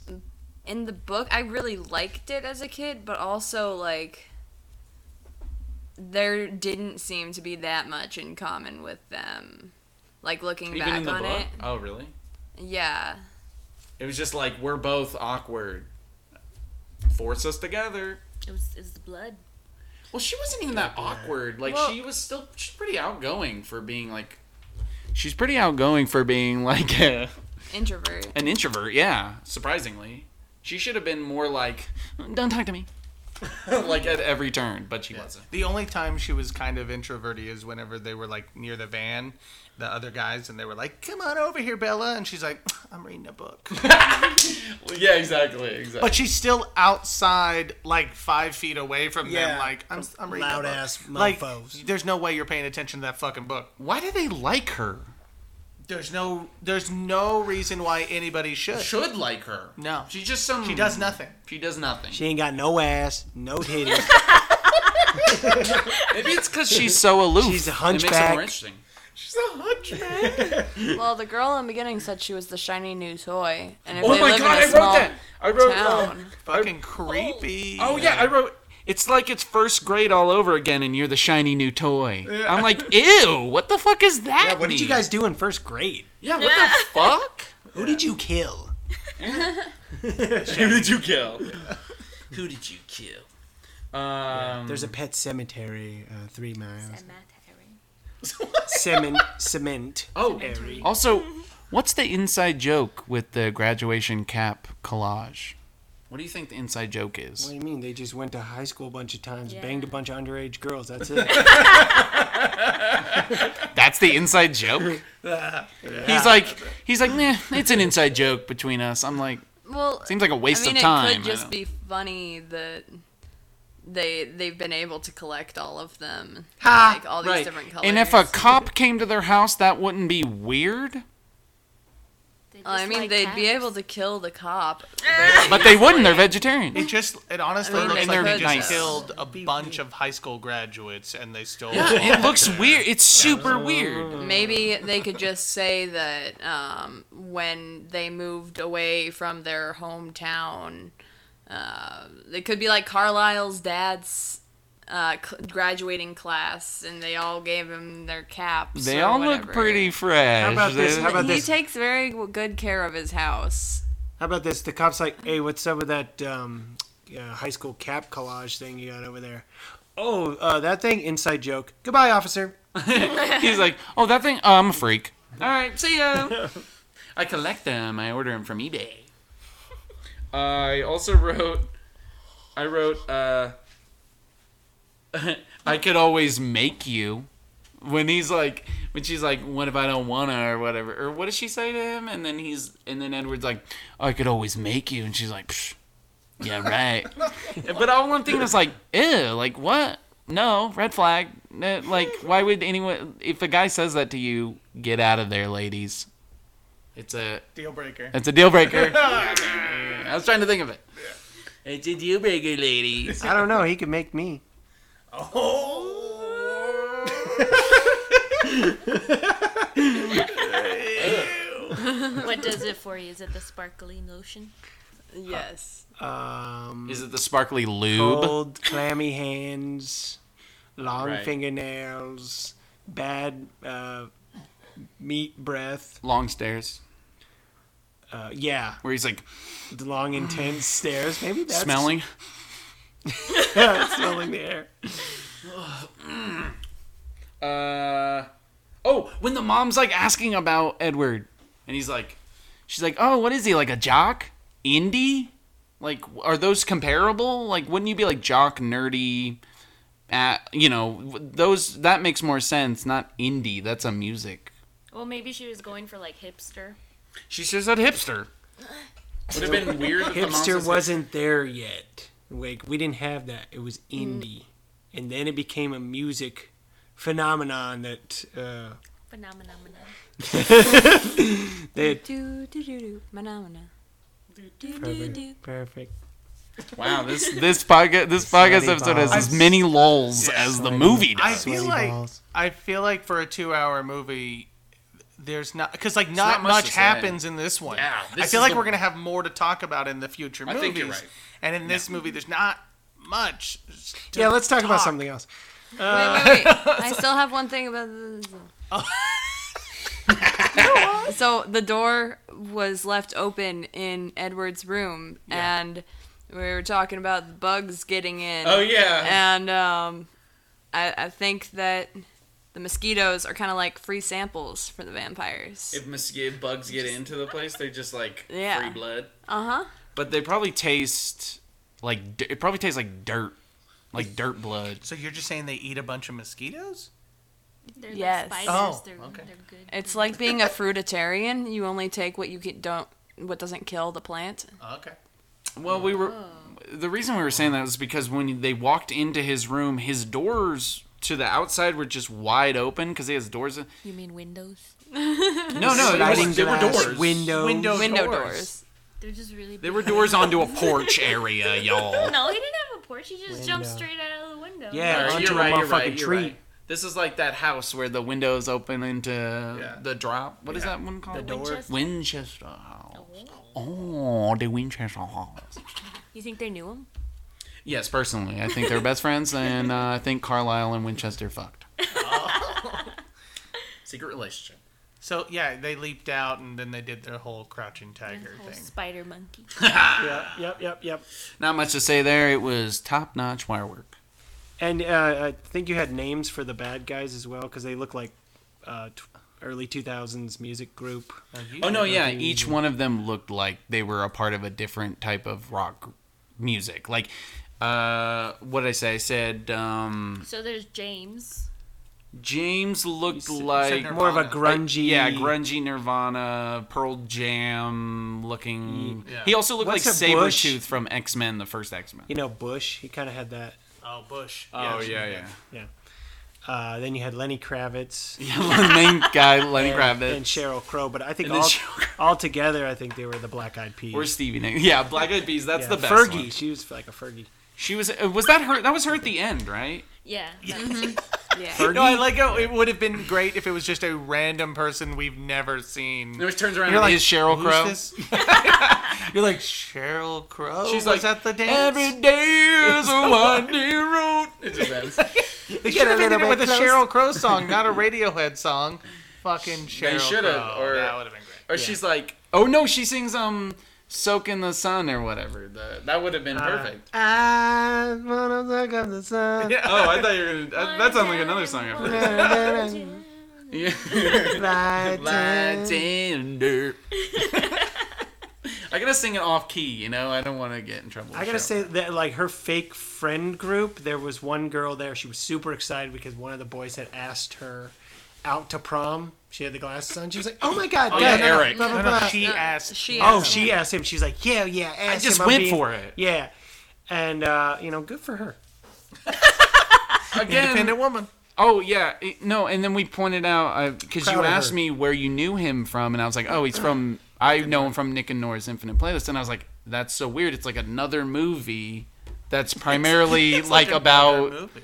Speaker 4: in the book i really liked it as a kid but also like there didn't seem to be that much in common with them like looking
Speaker 5: Even
Speaker 4: back
Speaker 5: in the
Speaker 4: on
Speaker 5: book.
Speaker 4: it
Speaker 5: Oh, really?
Speaker 4: yeah
Speaker 5: It was just like we're both awkward. Force us together.
Speaker 6: It was, it was the blood.
Speaker 5: Well, she wasn't even that awkward. Like
Speaker 4: Well-
Speaker 5: she was still she's pretty outgoing for being like She's pretty outgoing for being like a
Speaker 4: introvert
Speaker 5: an introvert, yeah, surprisingly. She should have been more like, don't talk to me. like at every turn, but she wasn't.
Speaker 2: The only time she was kind of introverty is whenever they were like near the van, the other guys, and they were like, "Come on over here, Bella," and she's like, "I'm reading a book."
Speaker 3: Well, yeah, exactly, exactly.
Speaker 2: But she's still outside, like five feet away from them.
Speaker 1: Yeah.
Speaker 2: Like I'm, I'm reading
Speaker 1: Loud
Speaker 2: a book.
Speaker 1: ass
Speaker 2: Like,
Speaker 1: mofos.
Speaker 2: there's no way you're paying attention to that fucking book.
Speaker 5: Why do they like her?
Speaker 2: There's no, there's no reason why anybody should.
Speaker 5: Should like her.
Speaker 2: No.
Speaker 5: She's just some.
Speaker 2: She does nothing.
Speaker 5: She does nothing.
Speaker 1: She ain't got no ass, no titties.
Speaker 5: Maybe it's because she's so aloof.
Speaker 1: She's a
Speaker 5: It makes her
Speaker 1: hunchback.
Speaker 5: more interesting.
Speaker 4: well the girl in the beginning said she was the shiny new toy and if
Speaker 5: Oh
Speaker 4: they
Speaker 5: my
Speaker 4: live
Speaker 5: god, I
Speaker 4: in a
Speaker 5: wrote
Speaker 4: small
Speaker 5: that. I wrote. um,
Speaker 4: town
Speaker 2: Fucking creepy.
Speaker 5: oh yeah, I wrote. It's like it's first grade all over again, and you're the shiny new toy. I'm like, ew, what the fuck is that?
Speaker 1: what did you
Speaker 5: mean?
Speaker 1: guys do in first grade?
Speaker 5: Yeah, what the fuck?
Speaker 1: Who did you kill?
Speaker 3: Who did you kill? Who did you kill?
Speaker 5: Um,
Speaker 1: There's a pet cemetery uh, three miles.
Speaker 6: And Matt Harry.
Speaker 1: Cement, cement.
Speaker 5: oh,
Speaker 1: Harry.
Speaker 5: Also, what's the inside joke with the graduation cap collage? What do you think the inside joke
Speaker 1: What
Speaker 5: is?
Speaker 1: do you mean? They just went to high school a bunch of times,
Speaker 6: Yeah.
Speaker 1: banged a bunch of underage girls. That's it.
Speaker 5: That's the inside joke. He's like, he's like, nah, it's an inside joke between us. I'm like,
Speaker 4: well
Speaker 5: seems like a
Speaker 4: i
Speaker 5: waste
Speaker 4: mean
Speaker 5: of
Speaker 4: it
Speaker 5: time.
Speaker 4: could
Speaker 5: I
Speaker 4: just
Speaker 5: don't-
Speaker 4: be funny that they they've been able to collect all of them like all these
Speaker 5: Right.
Speaker 4: different colors
Speaker 5: And if a cop came to their house, that wouldn't be weird.
Speaker 6: Oh, They
Speaker 4: I
Speaker 6: just
Speaker 4: mean,
Speaker 6: like
Speaker 4: they'd be
Speaker 6: cats.
Speaker 4: able to kill the cop.
Speaker 5: But they wouldn't. They're vegetarian.
Speaker 2: It just, it honestly
Speaker 4: I mean,
Speaker 2: looks
Speaker 5: and
Speaker 2: like
Speaker 5: they're
Speaker 2: they just
Speaker 5: nice.
Speaker 2: killed a bunch of high school graduates and they stole.
Speaker 5: It looks weird. It's super weird.
Speaker 4: Maybe they could just say that um, when they moved away from their hometown, uh, it could be like Carlisle's dad's uh, cl- graduating class, and they all gave him their caps.
Speaker 5: They
Speaker 4: or
Speaker 5: all
Speaker 4: whatever.
Speaker 5: look pretty fresh.
Speaker 1: How about this?
Speaker 5: They-
Speaker 1: How about
Speaker 4: he
Speaker 1: this?
Speaker 4: takes very w- good care of his house.
Speaker 1: How about this? The cop's like, hey, what's up with that um, uh, high school cap collage thing you got over there? Oh, uh, that thing? Inside joke. Goodbye, officer.
Speaker 5: He's like, oh, that thing. Oh, I'm a freak. All right, see ya. I collect them. I order them from eBay. I also wrote. I wrote. Uh, I could always make you. When he's like, when she's like, "What if I don't wanna?" or whatever, or what does she say to him? And then he's, and then Edward's like, "I could always make you," and she's like, Psh, "Yeah, right." but all I'm thinking is like, "Ew, like what? No, red flag. Eh, Like, why would anyone? If a guy says that to you, get out of there, ladies. It's a
Speaker 2: Deal breaker.
Speaker 5: it's a deal breaker. I was trying to think of it. It's a deal breaker, ladies.
Speaker 1: I don't know. He could make me.
Speaker 6: What does it for you? Is it the sparkly lotion?
Speaker 4: Yes.
Speaker 1: Um,
Speaker 5: Is it the sparkly lube?
Speaker 1: cold, clammy hands, long
Speaker 5: Right.
Speaker 1: fingernails, bad uh, meat breath.
Speaker 5: Long stairs
Speaker 1: Uh, yeah,
Speaker 5: where he's like
Speaker 1: the long, intense stares. Maybe that's
Speaker 5: smelling.
Speaker 1: smelling the air.
Speaker 5: Uh, oh, when the mom's like asking about Edward, and he's like, she's like, oh, what is he like a jock? Indie? Like, are those comparable? Like, wouldn't you be like jock nerdy? At, you know, w- those that makes more sense. Not indie. That's a music.
Speaker 6: Well, maybe she was going for like hipster.
Speaker 5: She just said hipster. Would have been weird. if the mom
Speaker 1: Hipster
Speaker 5: says-
Speaker 1: wasn't there yet. Like we didn't have that. It was
Speaker 5: Mm.
Speaker 1: indie, and then it became a music phenomenon that uh,
Speaker 6: Phenomenon. menon.
Speaker 1: that
Speaker 4: Do do do do. Manamana. Do do do.
Speaker 1: perfect.
Speaker 5: Wow this this podcast this podcast
Speaker 1: Sweaty
Speaker 5: episode has
Speaker 1: balls.
Speaker 5: as many lulls as the movie
Speaker 2: I
Speaker 5: does.
Speaker 2: feel
Speaker 1: Sweaty
Speaker 2: like
Speaker 1: balls.
Speaker 2: I feel like for a two-hour movie, there's not because like not,
Speaker 5: not
Speaker 2: much,
Speaker 5: much to say.
Speaker 2: happens in this one.
Speaker 5: Yeah,
Speaker 2: I
Speaker 5: this
Speaker 2: feel
Speaker 5: is
Speaker 2: like
Speaker 5: the-
Speaker 2: we're gonna have more to talk about in the future
Speaker 5: I
Speaker 2: movies.
Speaker 5: think you're right.
Speaker 2: And in this movie, there's not much. to
Speaker 1: Yeah, let's talk, about
Speaker 2: talk.
Speaker 1: something else.
Speaker 4: Wait, wait, wait. I still have one thing about the. so the door was left open in Edward's room, and we were talking about the bugs getting in.
Speaker 5: Oh yeah.
Speaker 4: And um, I, I think that the mosquitoes are kind of like free samples for the vampires.
Speaker 5: If mosquito bugs get into the place, they're just like
Speaker 4: Yeah.
Speaker 5: free blood.
Speaker 4: Uh huh.
Speaker 5: But they probably taste like di- it probably tastes like dirt, like dirt blood.
Speaker 2: So you're just saying they eat a bunch of mosquitoes?
Speaker 6: They're
Speaker 4: Yes.
Speaker 6: like spiders.
Speaker 2: Oh,
Speaker 6: they're,
Speaker 2: okay.
Speaker 6: they're good.
Speaker 4: It's like being a fruitarian. You only take what you can, don't, what doesn't kill the plant.
Speaker 2: Oh, Okay.
Speaker 5: Well, we were the reason we were saying that was because when they walked into his room, his doors to the outside were just wide open because he has doors. in-
Speaker 6: You mean windows?
Speaker 5: No, no, it
Speaker 1: Sliding
Speaker 5: was- they were
Speaker 1: glass
Speaker 5: doors.
Speaker 1: windows.
Speaker 2: Window,
Speaker 4: Window
Speaker 2: doors.
Speaker 4: doors.
Speaker 6: They're just really.
Speaker 5: They were doors onto a porch area, y'all.
Speaker 6: No, he didn't have a porch. He just jumped
Speaker 1: Window.
Speaker 6: straight out of the window.
Speaker 1: Yeah,
Speaker 5: No,
Speaker 1: onto
Speaker 5: you're
Speaker 1: a
Speaker 5: right, you're
Speaker 1: motherfucking
Speaker 5: right, you're
Speaker 1: tree.
Speaker 5: right. This is like that house where the windows open into the drop. What is that one called? The
Speaker 6: door.
Speaker 5: Winchester House. Oh, the Winchester House.
Speaker 6: You think they knew him?
Speaker 5: Yes, personally, I think they're best friends, and uh, I think Carlisle and Winchester fucked. Oh. Secret relationship.
Speaker 2: So yeah, they leaped out and then they did their whole crouching tiger
Speaker 6: Whole
Speaker 2: thing.
Speaker 6: spider monkey.
Speaker 1: Yep, yep, yep, yep.
Speaker 5: Not much to say there. It was top-notch wire work.
Speaker 1: And uh, I think you had names for the bad guys as well because they look like uh, t- early 2000s music group.
Speaker 5: Oh no, yeah. Each one of them looked like they were a part of a different type of rock music. Like, uh, what did I say? I said um,
Speaker 6: So there's James.
Speaker 5: James looked
Speaker 1: said
Speaker 5: like
Speaker 2: Nirvana.
Speaker 1: More of a
Speaker 2: Like,
Speaker 1: grungy.
Speaker 5: yeah, grungy Nirvana, Pearl Jam looking.
Speaker 2: Yeah.
Speaker 5: He also looked
Speaker 1: What's
Speaker 5: like
Speaker 1: a bush?
Speaker 5: Sabretooth from X Men, the first X Men.
Speaker 1: You know, Bush. He kind of had that.
Speaker 2: Oh, Bush.
Speaker 1: Yeah. Uh, then you had Lenny Kravitz
Speaker 5: yeah. the main guy, Lenny
Speaker 1: and, and
Speaker 5: Kravitz,
Speaker 1: Cheryl Crow, but I think
Speaker 5: And then
Speaker 1: all,
Speaker 5: Sheryl
Speaker 1: all together, I think they were the Black Eyed Peas.
Speaker 5: or Stevie Nicks. Yeah, Black Eyed Peas. That's
Speaker 1: Yeah,
Speaker 5: the best.
Speaker 1: Fergie.
Speaker 5: one.
Speaker 1: She was like a Fergie.
Speaker 5: She was. uh, Was that her? That was her at the end, right?
Speaker 6: Yeah.
Speaker 1: Fergie.
Speaker 2: No, I like how it would have been great if it was just a random person we've never seen.
Speaker 5: It turns around.
Speaker 2: You're
Speaker 5: and
Speaker 2: like,
Speaker 5: is Cheryl
Speaker 2: Who's
Speaker 5: Crow?
Speaker 2: this? You're like Cheryl Crow.
Speaker 5: She's
Speaker 2: She's
Speaker 5: like,
Speaker 2: like at the dance.
Speaker 5: Every day is a windy road. It's a
Speaker 2: they should have
Speaker 1: a
Speaker 2: ended it
Speaker 1: little
Speaker 2: with
Speaker 1: bit
Speaker 2: a
Speaker 1: close.
Speaker 2: Cheryl Crow song, not a Radiohead song. Fucking Cheryl
Speaker 5: should've,
Speaker 2: Crow.
Speaker 5: or-
Speaker 2: that would have been great.
Speaker 5: Or she's like, oh no, she sings um, "Soak in the Sun" or whatever. The, that would have
Speaker 1: Uh,
Speaker 5: been perfect.
Speaker 1: I wanna look up the sun.
Speaker 5: Oh, I thought you were gonna. that- That sounds like another song I've heard. Yeah.
Speaker 1: Lighten.
Speaker 5: Lightsaber. I I gotta sing it off key, you know. I don't want to get in trouble.
Speaker 1: I gotta say that like her fake friend group, there was one girl there. She was super excited because one of the boys had asked her out to prom. She had the glasses on. She was like, "Oh my god,
Speaker 5: yeah,
Speaker 1: guys, blah,
Speaker 5: Eric.
Speaker 1: blah, blah,
Speaker 2: No, no,
Speaker 1: blah."
Speaker 2: she asked.
Speaker 4: Uh, She
Speaker 1: oh,
Speaker 4: asked
Speaker 1: she asked him. She's like, "Yeah, yeah." ask
Speaker 5: just
Speaker 1: him, I'm
Speaker 5: went
Speaker 1: being-"
Speaker 5: for it.
Speaker 1: Yeah, and uh, you know, good for her.
Speaker 5: again.
Speaker 2: Independent woman.
Speaker 5: Oh yeah, it- no. And then we pointed out because you
Speaker 1: Crowder
Speaker 5: asked
Speaker 1: heard.
Speaker 5: me where you knew him from, and I was like, oh, he's from. I know him from Nick and Nora's Infinite Playlist, and I was like, that's so weird. It's like another movie that's primarily like,
Speaker 2: another
Speaker 5: about.
Speaker 2: movie.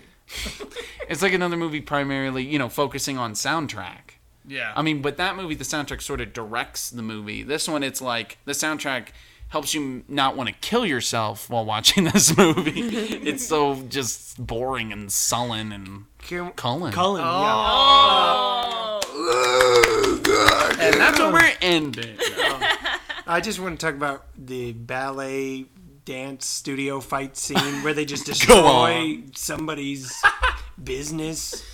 Speaker 5: It's like another movie primarily, you know, focusing on soundtrack.
Speaker 2: Yeah.
Speaker 5: I mean, but that movie, the soundtrack sort of directs the movie. This one, it's like the soundtrack helps you not want to kill yourself while watching this movie. it's so just boring and sullen and
Speaker 1: Cullen.
Speaker 5: Cullen.
Speaker 1: Cullen.
Speaker 5: Oh,
Speaker 1: Yeah.
Speaker 5: And that's where we're ending.
Speaker 1: I just want to talk about the ballet dance studio fight scene where they just destroy somebody's business.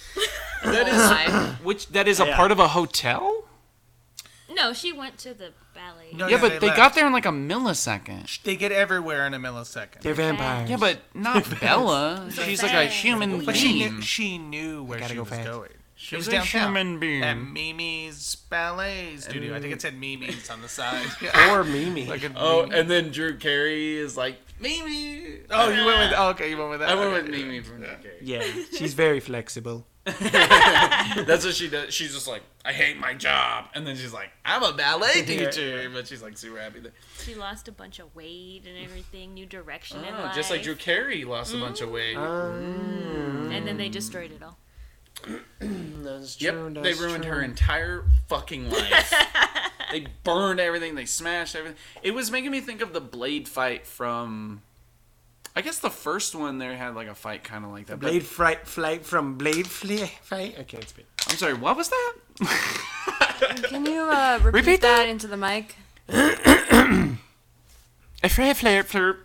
Speaker 4: alive.
Speaker 5: Which that is a
Speaker 1: Yeah.
Speaker 5: part of a hotel.
Speaker 2: Oh,
Speaker 6: No, she went to the ballet.
Speaker 2: No,
Speaker 5: Yeah, but they
Speaker 2: left.
Speaker 5: got there in like a millisecond.
Speaker 2: They get everywhere in a millisecond.
Speaker 1: They're vampires.
Speaker 5: Yeah, but not Bella. She's like a
Speaker 6: Bella.
Speaker 5: human
Speaker 2: But she knew,
Speaker 5: being.
Speaker 2: she knew where
Speaker 1: gotta
Speaker 2: she
Speaker 1: go
Speaker 2: was
Speaker 1: fast.
Speaker 2: going. She was
Speaker 5: a
Speaker 2: downtown Um,
Speaker 5: human being.
Speaker 2: at Mimi's ballet studio. I think it said Mimi's on the side.
Speaker 1: Or Mimi.
Speaker 2: Like a
Speaker 3: Oh,
Speaker 2: Mimi.
Speaker 3: and then Drew Carey is like Mimi.
Speaker 2: oh, you went with oh, okay. You went with that.
Speaker 3: I went
Speaker 2: okay.
Speaker 3: with Mimi from Drew Carey.
Speaker 1: yeah, she's very flexible.
Speaker 3: That's what she does. She's just like, I hate my job, and then she's like, I'm a ballet teacher, but she's like super happy. That,
Speaker 6: She lost a bunch of weight and everything, new direction in
Speaker 2: Ah,
Speaker 3: oh,
Speaker 6: life.
Speaker 3: just like Drew Carey lost a bunch of weight.
Speaker 6: And then they destroyed it all.
Speaker 3: Yep, they ruined her entire fucking life. they burned everything. They smashed everything.
Speaker 5: It was making me think of the blade fight from. I guess the first one there had like a fight kind of like that. but-
Speaker 1: Blade fright flight from Blade Flight. Fight. I can't speak.
Speaker 5: I'm sorry, what was that?
Speaker 4: Can you uh, repeat,
Speaker 5: Repeat
Speaker 4: that, into the mic?
Speaker 5: A flare, flare, flare.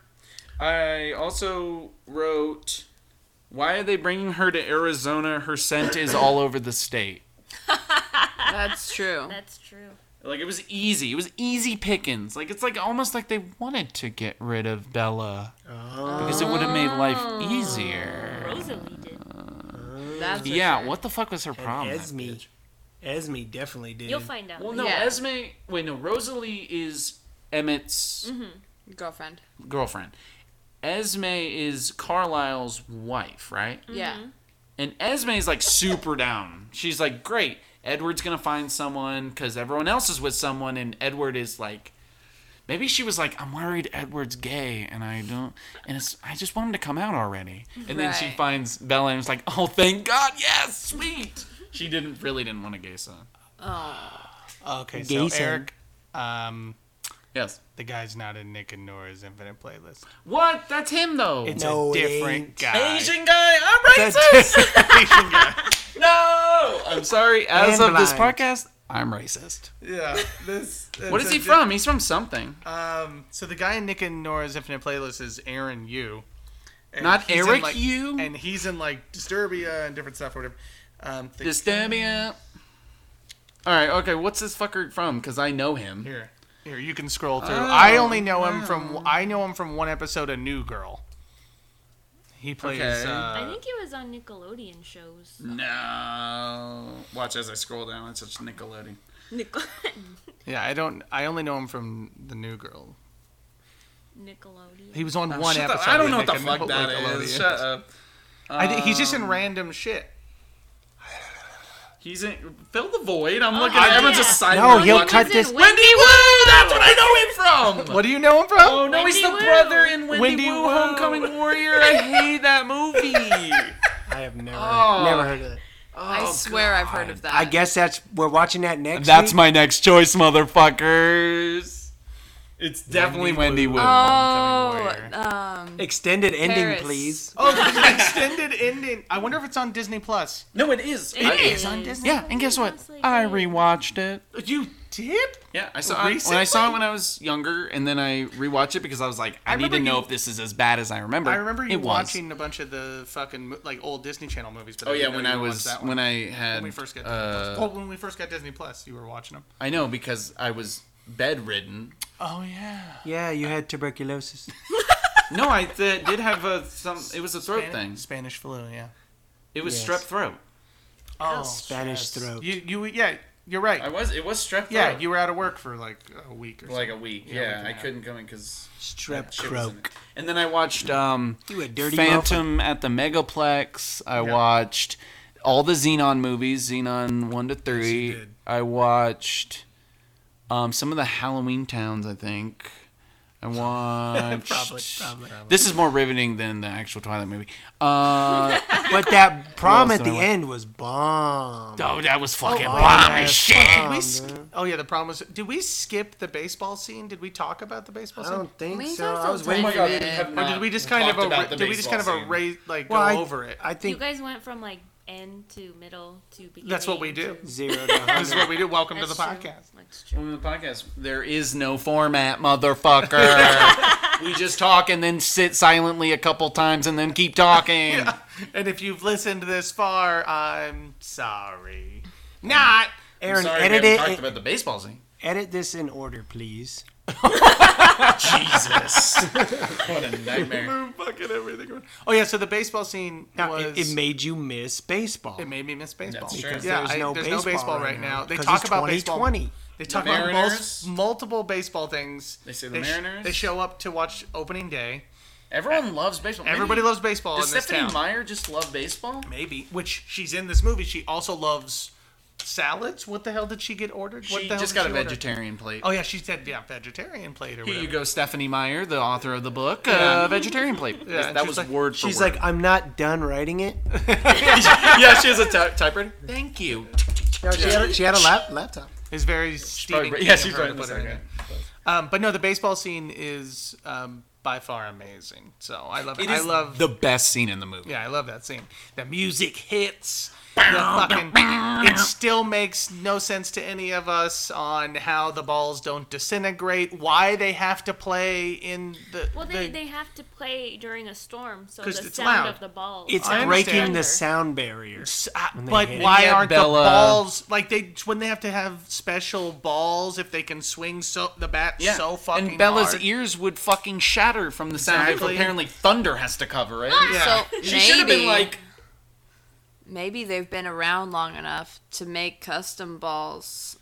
Speaker 5: I also wrote, why are they bringing her to Arizona? Her scent is all over the state.
Speaker 4: That's true.
Speaker 6: That's true.
Speaker 5: Like it was easy. It was easy pickings. Like it's like almost like they wanted to get rid of Bella because it would have made life easier.
Speaker 6: Rosalie did.
Speaker 4: That's for
Speaker 5: Yeah,
Speaker 4: sure.
Speaker 5: what the fuck was her problem?
Speaker 1: Esme. Esme definitely did.
Speaker 6: You'll find out.
Speaker 5: Well, no,
Speaker 4: Yeah.
Speaker 5: Esme. Wait, no, Rosalie is Emmett's
Speaker 4: girlfriend?
Speaker 5: girlfriend. Esme is Carlisle's wife, right?
Speaker 4: Yeah.
Speaker 6: Mm-hmm.
Speaker 5: And Esme is like super down. She's like, great. Edward's gonna find someone because everyone else is with someone, and Edward is like, maybe she was like, I'm worried Edward's gay, and I don't, and it's, I just want him to come out already. And then she
Speaker 4: Right.
Speaker 5: finds Bella, and it's like, oh, thank God, yes, sweet. She didn't really didn't want a gay son.
Speaker 2: Oh, Okay, so
Speaker 1: Gay son.
Speaker 2: Eric, um,
Speaker 5: Yes.
Speaker 2: the guy's not in Nick and Nora's Infinite Playlist.
Speaker 5: What? That's him though.
Speaker 2: It's
Speaker 1: No,
Speaker 2: a
Speaker 1: it
Speaker 2: different
Speaker 1: ain't.
Speaker 2: guy.
Speaker 3: Asian guy, I'm racist. no,
Speaker 5: I'm sorry. As
Speaker 1: And
Speaker 5: of this
Speaker 1: blind.
Speaker 5: podcast, I'm racist.
Speaker 2: Yeah, this.
Speaker 5: What is he from? He's from something.
Speaker 2: Um, so the guy in Nick and Nora's Infinite Playlist is Aaron Yu. And
Speaker 5: Not
Speaker 2: he's in,
Speaker 5: Eric
Speaker 2: like-
Speaker 5: Yu?
Speaker 2: And he's in like Disturbia and different stuff or whatever. Um, the-
Speaker 5: Disturbia. All right. Okay. What's this fucker from? Because I know him.
Speaker 2: Here, here you can scroll through.
Speaker 5: Oh,
Speaker 2: I only know him from I know him from one episode of New Girl. He plays.
Speaker 5: Okay.
Speaker 6: I
Speaker 2: Uh,
Speaker 6: think he was on Nickelodeon shows.
Speaker 5: No. Watch as I scroll down. It's such Nickelodeon.
Speaker 6: Nickel-
Speaker 2: yeah, I don't. I only know him from the New Girl.
Speaker 6: Nickelodeon.
Speaker 2: He was on one
Speaker 5: One
Speaker 2: episode.
Speaker 5: I don't
Speaker 2: of
Speaker 5: know what
Speaker 2: Nick
Speaker 5: Oh, the
Speaker 2: and
Speaker 5: fuck that
Speaker 2: Nickelodeon.
Speaker 5: is. Shut up. Um,
Speaker 2: I think he's just in random shit.
Speaker 5: He's in fill the void.
Speaker 2: Oh,
Speaker 5: I'm looking.
Speaker 6: I-
Speaker 5: at Everyone's
Speaker 6: yeah.
Speaker 5: just silent.
Speaker 1: No,
Speaker 6: He
Speaker 1: he'll
Speaker 6: was
Speaker 1: cut
Speaker 6: in
Speaker 1: this.
Speaker 6: Wendy-
Speaker 5: Wendy Woo. That's what I know him from.
Speaker 2: What do you know him from?
Speaker 5: Oh no, he's the
Speaker 6: Wendy Wu.
Speaker 5: brother in Wendy,
Speaker 2: Wendy
Speaker 5: Woo,
Speaker 2: Wu.
Speaker 5: Homecoming Warrior. I hate that movie.
Speaker 1: I have never,
Speaker 5: Oh.
Speaker 1: never heard of that.
Speaker 4: I swear I've heard of that.
Speaker 1: I guess that's we're watching that next. week.
Speaker 5: my next choice, motherfuckers. It's definitely Wendy Woo.
Speaker 4: Oh,
Speaker 2: Homecoming
Speaker 4: um,
Speaker 1: extended ending,
Speaker 4: Paris.
Speaker 1: please.
Speaker 2: Oh, there's an extended ending. I wonder if it's on Disney Plus.
Speaker 5: No, it is.
Speaker 6: It is.
Speaker 5: Yeah, and guess what?
Speaker 6: Just like
Speaker 5: I
Speaker 6: that.
Speaker 5: rewatched it.
Speaker 2: You did?
Speaker 5: Yeah, I saw I, when I saw it when I was younger, and then I rewatched it because I was like, I, need to
Speaker 2: remember
Speaker 5: know
Speaker 2: you-
Speaker 5: if this is as bad as I remember.
Speaker 2: I remember you
Speaker 5: it was.
Speaker 2: watching a bunch of the fucking mo- like old Disney Channel movies. But
Speaker 5: Oh yeah,
Speaker 2: didn't know
Speaker 5: when
Speaker 2: you
Speaker 5: I
Speaker 2: watched
Speaker 5: was
Speaker 2: that one.
Speaker 5: when I had.
Speaker 2: when we first got Disney
Speaker 5: uh,
Speaker 2: Plus. Well, when we first got Disney Plus, you were watching them.
Speaker 5: I know because I was bedridden.
Speaker 2: Oh yeah.
Speaker 1: Yeah, you had tuberculosis.
Speaker 5: No, I th- did have a some. Um, It was a throat thing.
Speaker 2: Spanish flu. Yeah.
Speaker 5: It was
Speaker 1: Yes.
Speaker 5: strep throat.
Speaker 2: Oh,
Speaker 1: Spanish throat.
Speaker 2: You you yeah. You're right.
Speaker 5: I was. It was strep throat.
Speaker 2: yeah, you were out of work for like a week or
Speaker 5: like
Speaker 2: something.
Speaker 5: a week.
Speaker 2: Yeah,
Speaker 5: Yeah,
Speaker 2: week and
Speaker 5: I
Speaker 2: a half.
Speaker 5: couldn't come in because
Speaker 1: Strep
Speaker 5: shit was in
Speaker 1: croak.
Speaker 5: it. And then I watched um,
Speaker 1: You a dirty
Speaker 5: Phantom at the Megaplex. I watched all the Xenon movies, Xenon one to three.
Speaker 2: did.
Speaker 5: I watched um, some of the Halloween towns. I think I watched.
Speaker 1: Probably, probably.
Speaker 5: This is more riveting than the actual Twilight movie. Uh,
Speaker 1: But that prom
Speaker 5: What else
Speaker 1: at
Speaker 5: did I
Speaker 1: the
Speaker 5: watch?
Speaker 1: end was bomb.
Speaker 5: oh, that was fucking
Speaker 1: bomb as
Speaker 2: Did
Speaker 1: shit.
Speaker 2: we sk- oh yeah, the problem was. Did we skip the baseball scene? Did we talk about the baseball
Speaker 1: I
Speaker 2: scene?
Speaker 1: don't think
Speaker 4: We
Speaker 1: so.
Speaker 4: talked
Speaker 1: I was
Speaker 4: about
Speaker 1: waiting
Speaker 4: that.
Speaker 1: for
Speaker 4: Oh God,
Speaker 1: it.
Speaker 4: we have
Speaker 2: Or did we just kind of a, did we just kind of a like
Speaker 1: Well, I-
Speaker 2: go over it?
Speaker 1: I
Speaker 6: You
Speaker 1: think
Speaker 6: guys went from like end to middle to beginning.
Speaker 2: That's what we do.
Speaker 6: to-
Speaker 1: zero to
Speaker 2: this is
Speaker 1: 100.
Speaker 2: what we do. Welcome to the
Speaker 6: That's true.
Speaker 2: podcast.
Speaker 6: That's true.
Speaker 5: the podcast. There is no format, motherfucker. we just talk and then sit silently a couple times and then keep talking.
Speaker 2: And if you've listened this far, I'm sorry. Not.
Speaker 1: Aaron,
Speaker 5: Sorry,
Speaker 1: edit
Speaker 5: we haven't talked
Speaker 1: it.
Speaker 5: about the baseball scene.
Speaker 1: Edit this in order, please.
Speaker 5: Jesus, what a nightmare!
Speaker 2: Fucking everything. around. Oh yeah, so the baseball scene
Speaker 1: Now,
Speaker 2: was.
Speaker 1: it, it made you miss baseball.
Speaker 2: It made me miss baseball.
Speaker 5: That's true.
Speaker 2: Because
Speaker 5: Because
Speaker 2: yeah,
Speaker 1: there's
Speaker 2: I-
Speaker 1: no
Speaker 2: there's
Speaker 1: baseball
Speaker 2: no baseball
Speaker 1: right
Speaker 2: right now.
Speaker 1: now.
Speaker 2: They
Speaker 1: 'Cause
Speaker 2: talk
Speaker 1: it's
Speaker 2: about baseball.
Speaker 1: 2020.
Speaker 2: They talk
Speaker 5: The
Speaker 2: about
Speaker 5: Mariners?
Speaker 2: mul- multiple baseball things.
Speaker 5: They say the
Speaker 2: sh-
Speaker 5: Mariners?
Speaker 2: they show up to watch opening day.
Speaker 5: Everyone loves baseball. Maybe-
Speaker 2: Everybody loves baseball
Speaker 5: Does
Speaker 2: in this
Speaker 5: Stephanie
Speaker 2: town.
Speaker 5: Meyer just love baseball?
Speaker 2: Maybe. Which she's in this movie. She also loves salads. What the hell did she get ordered? what
Speaker 5: She
Speaker 2: the hell
Speaker 5: just
Speaker 2: did
Speaker 5: got a
Speaker 2: order?
Speaker 5: vegetarian plate.
Speaker 2: Oh yeah, she said yeah, vegetarian plate or
Speaker 5: Here
Speaker 2: whatever.
Speaker 5: you go, Stephanie Meyer, the author of the book, uh, Vegetarian Plate.
Speaker 2: Yeah, and
Speaker 5: that
Speaker 2: she's
Speaker 5: was
Speaker 2: like-
Speaker 5: word for
Speaker 1: She's
Speaker 5: word.
Speaker 1: like, I'm not done writing it.
Speaker 5: yeah, she has a ty- typewriter. Thank you.
Speaker 1: No, she, had a, she had a lap, laptop.
Speaker 2: It's very Stephen
Speaker 5: Probably-
Speaker 2: King
Speaker 5: yeah,
Speaker 2: of
Speaker 5: she's
Speaker 2: her
Speaker 5: right
Speaker 2: to
Speaker 5: in the
Speaker 2: put it in
Speaker 5: second.
Speaker 2: there. Um, but no, the baseball scene is um, by far amazing. So I love it.
Speaker 5: It is
Speaker 2: I love
Speaker 5: the best scene in the movie.
Speaker 2: Yeah, I love that scene. The music hits. The fucking, it still makes no sense to any of us on how the balls don't disintegrate, why they have to play in the.
Speaker 6: Well, they,
Speaker 2: the-
Speaker 6: they have to play during a storm, so the
Speaker 2: 'Cause
Speaker 6: sound
Speaker 2: it's loud.
Speaker 6: of the balls.
Speaker 1: It's
Speaker 2: I
Speaker 1: breaking
Speaker 2: understand.
Speaker 1: the sound barrier.
Speaker 2: s- uh,
Speaker 1: they
Speaker 2: but
Speaker 1: hit.
Speaker 2: why
Speaker 5: Yeah,
Speaker 2: aren't
Speaker 5: Bella.
Speaker 2: the balls like they when they have to have special balls if they can swing so the bat
Speaker 5: Yeah.
Speaker 2: so fucking
Speaker 5: and Bella's
Speaker 2: hard?
Speaker 5: ears would fucking shatter from the sound. of
Speaker 2: Exactly.
Speaker 5: Apparently, thunder has to cover it.
Speaker 2: Yeah.
Speaker 4: So
Speaker 5: She should have
Speaker 4: maybe-
Speaker 5: been like,
Speaker 4: maybe they've been around long enough to make custom balls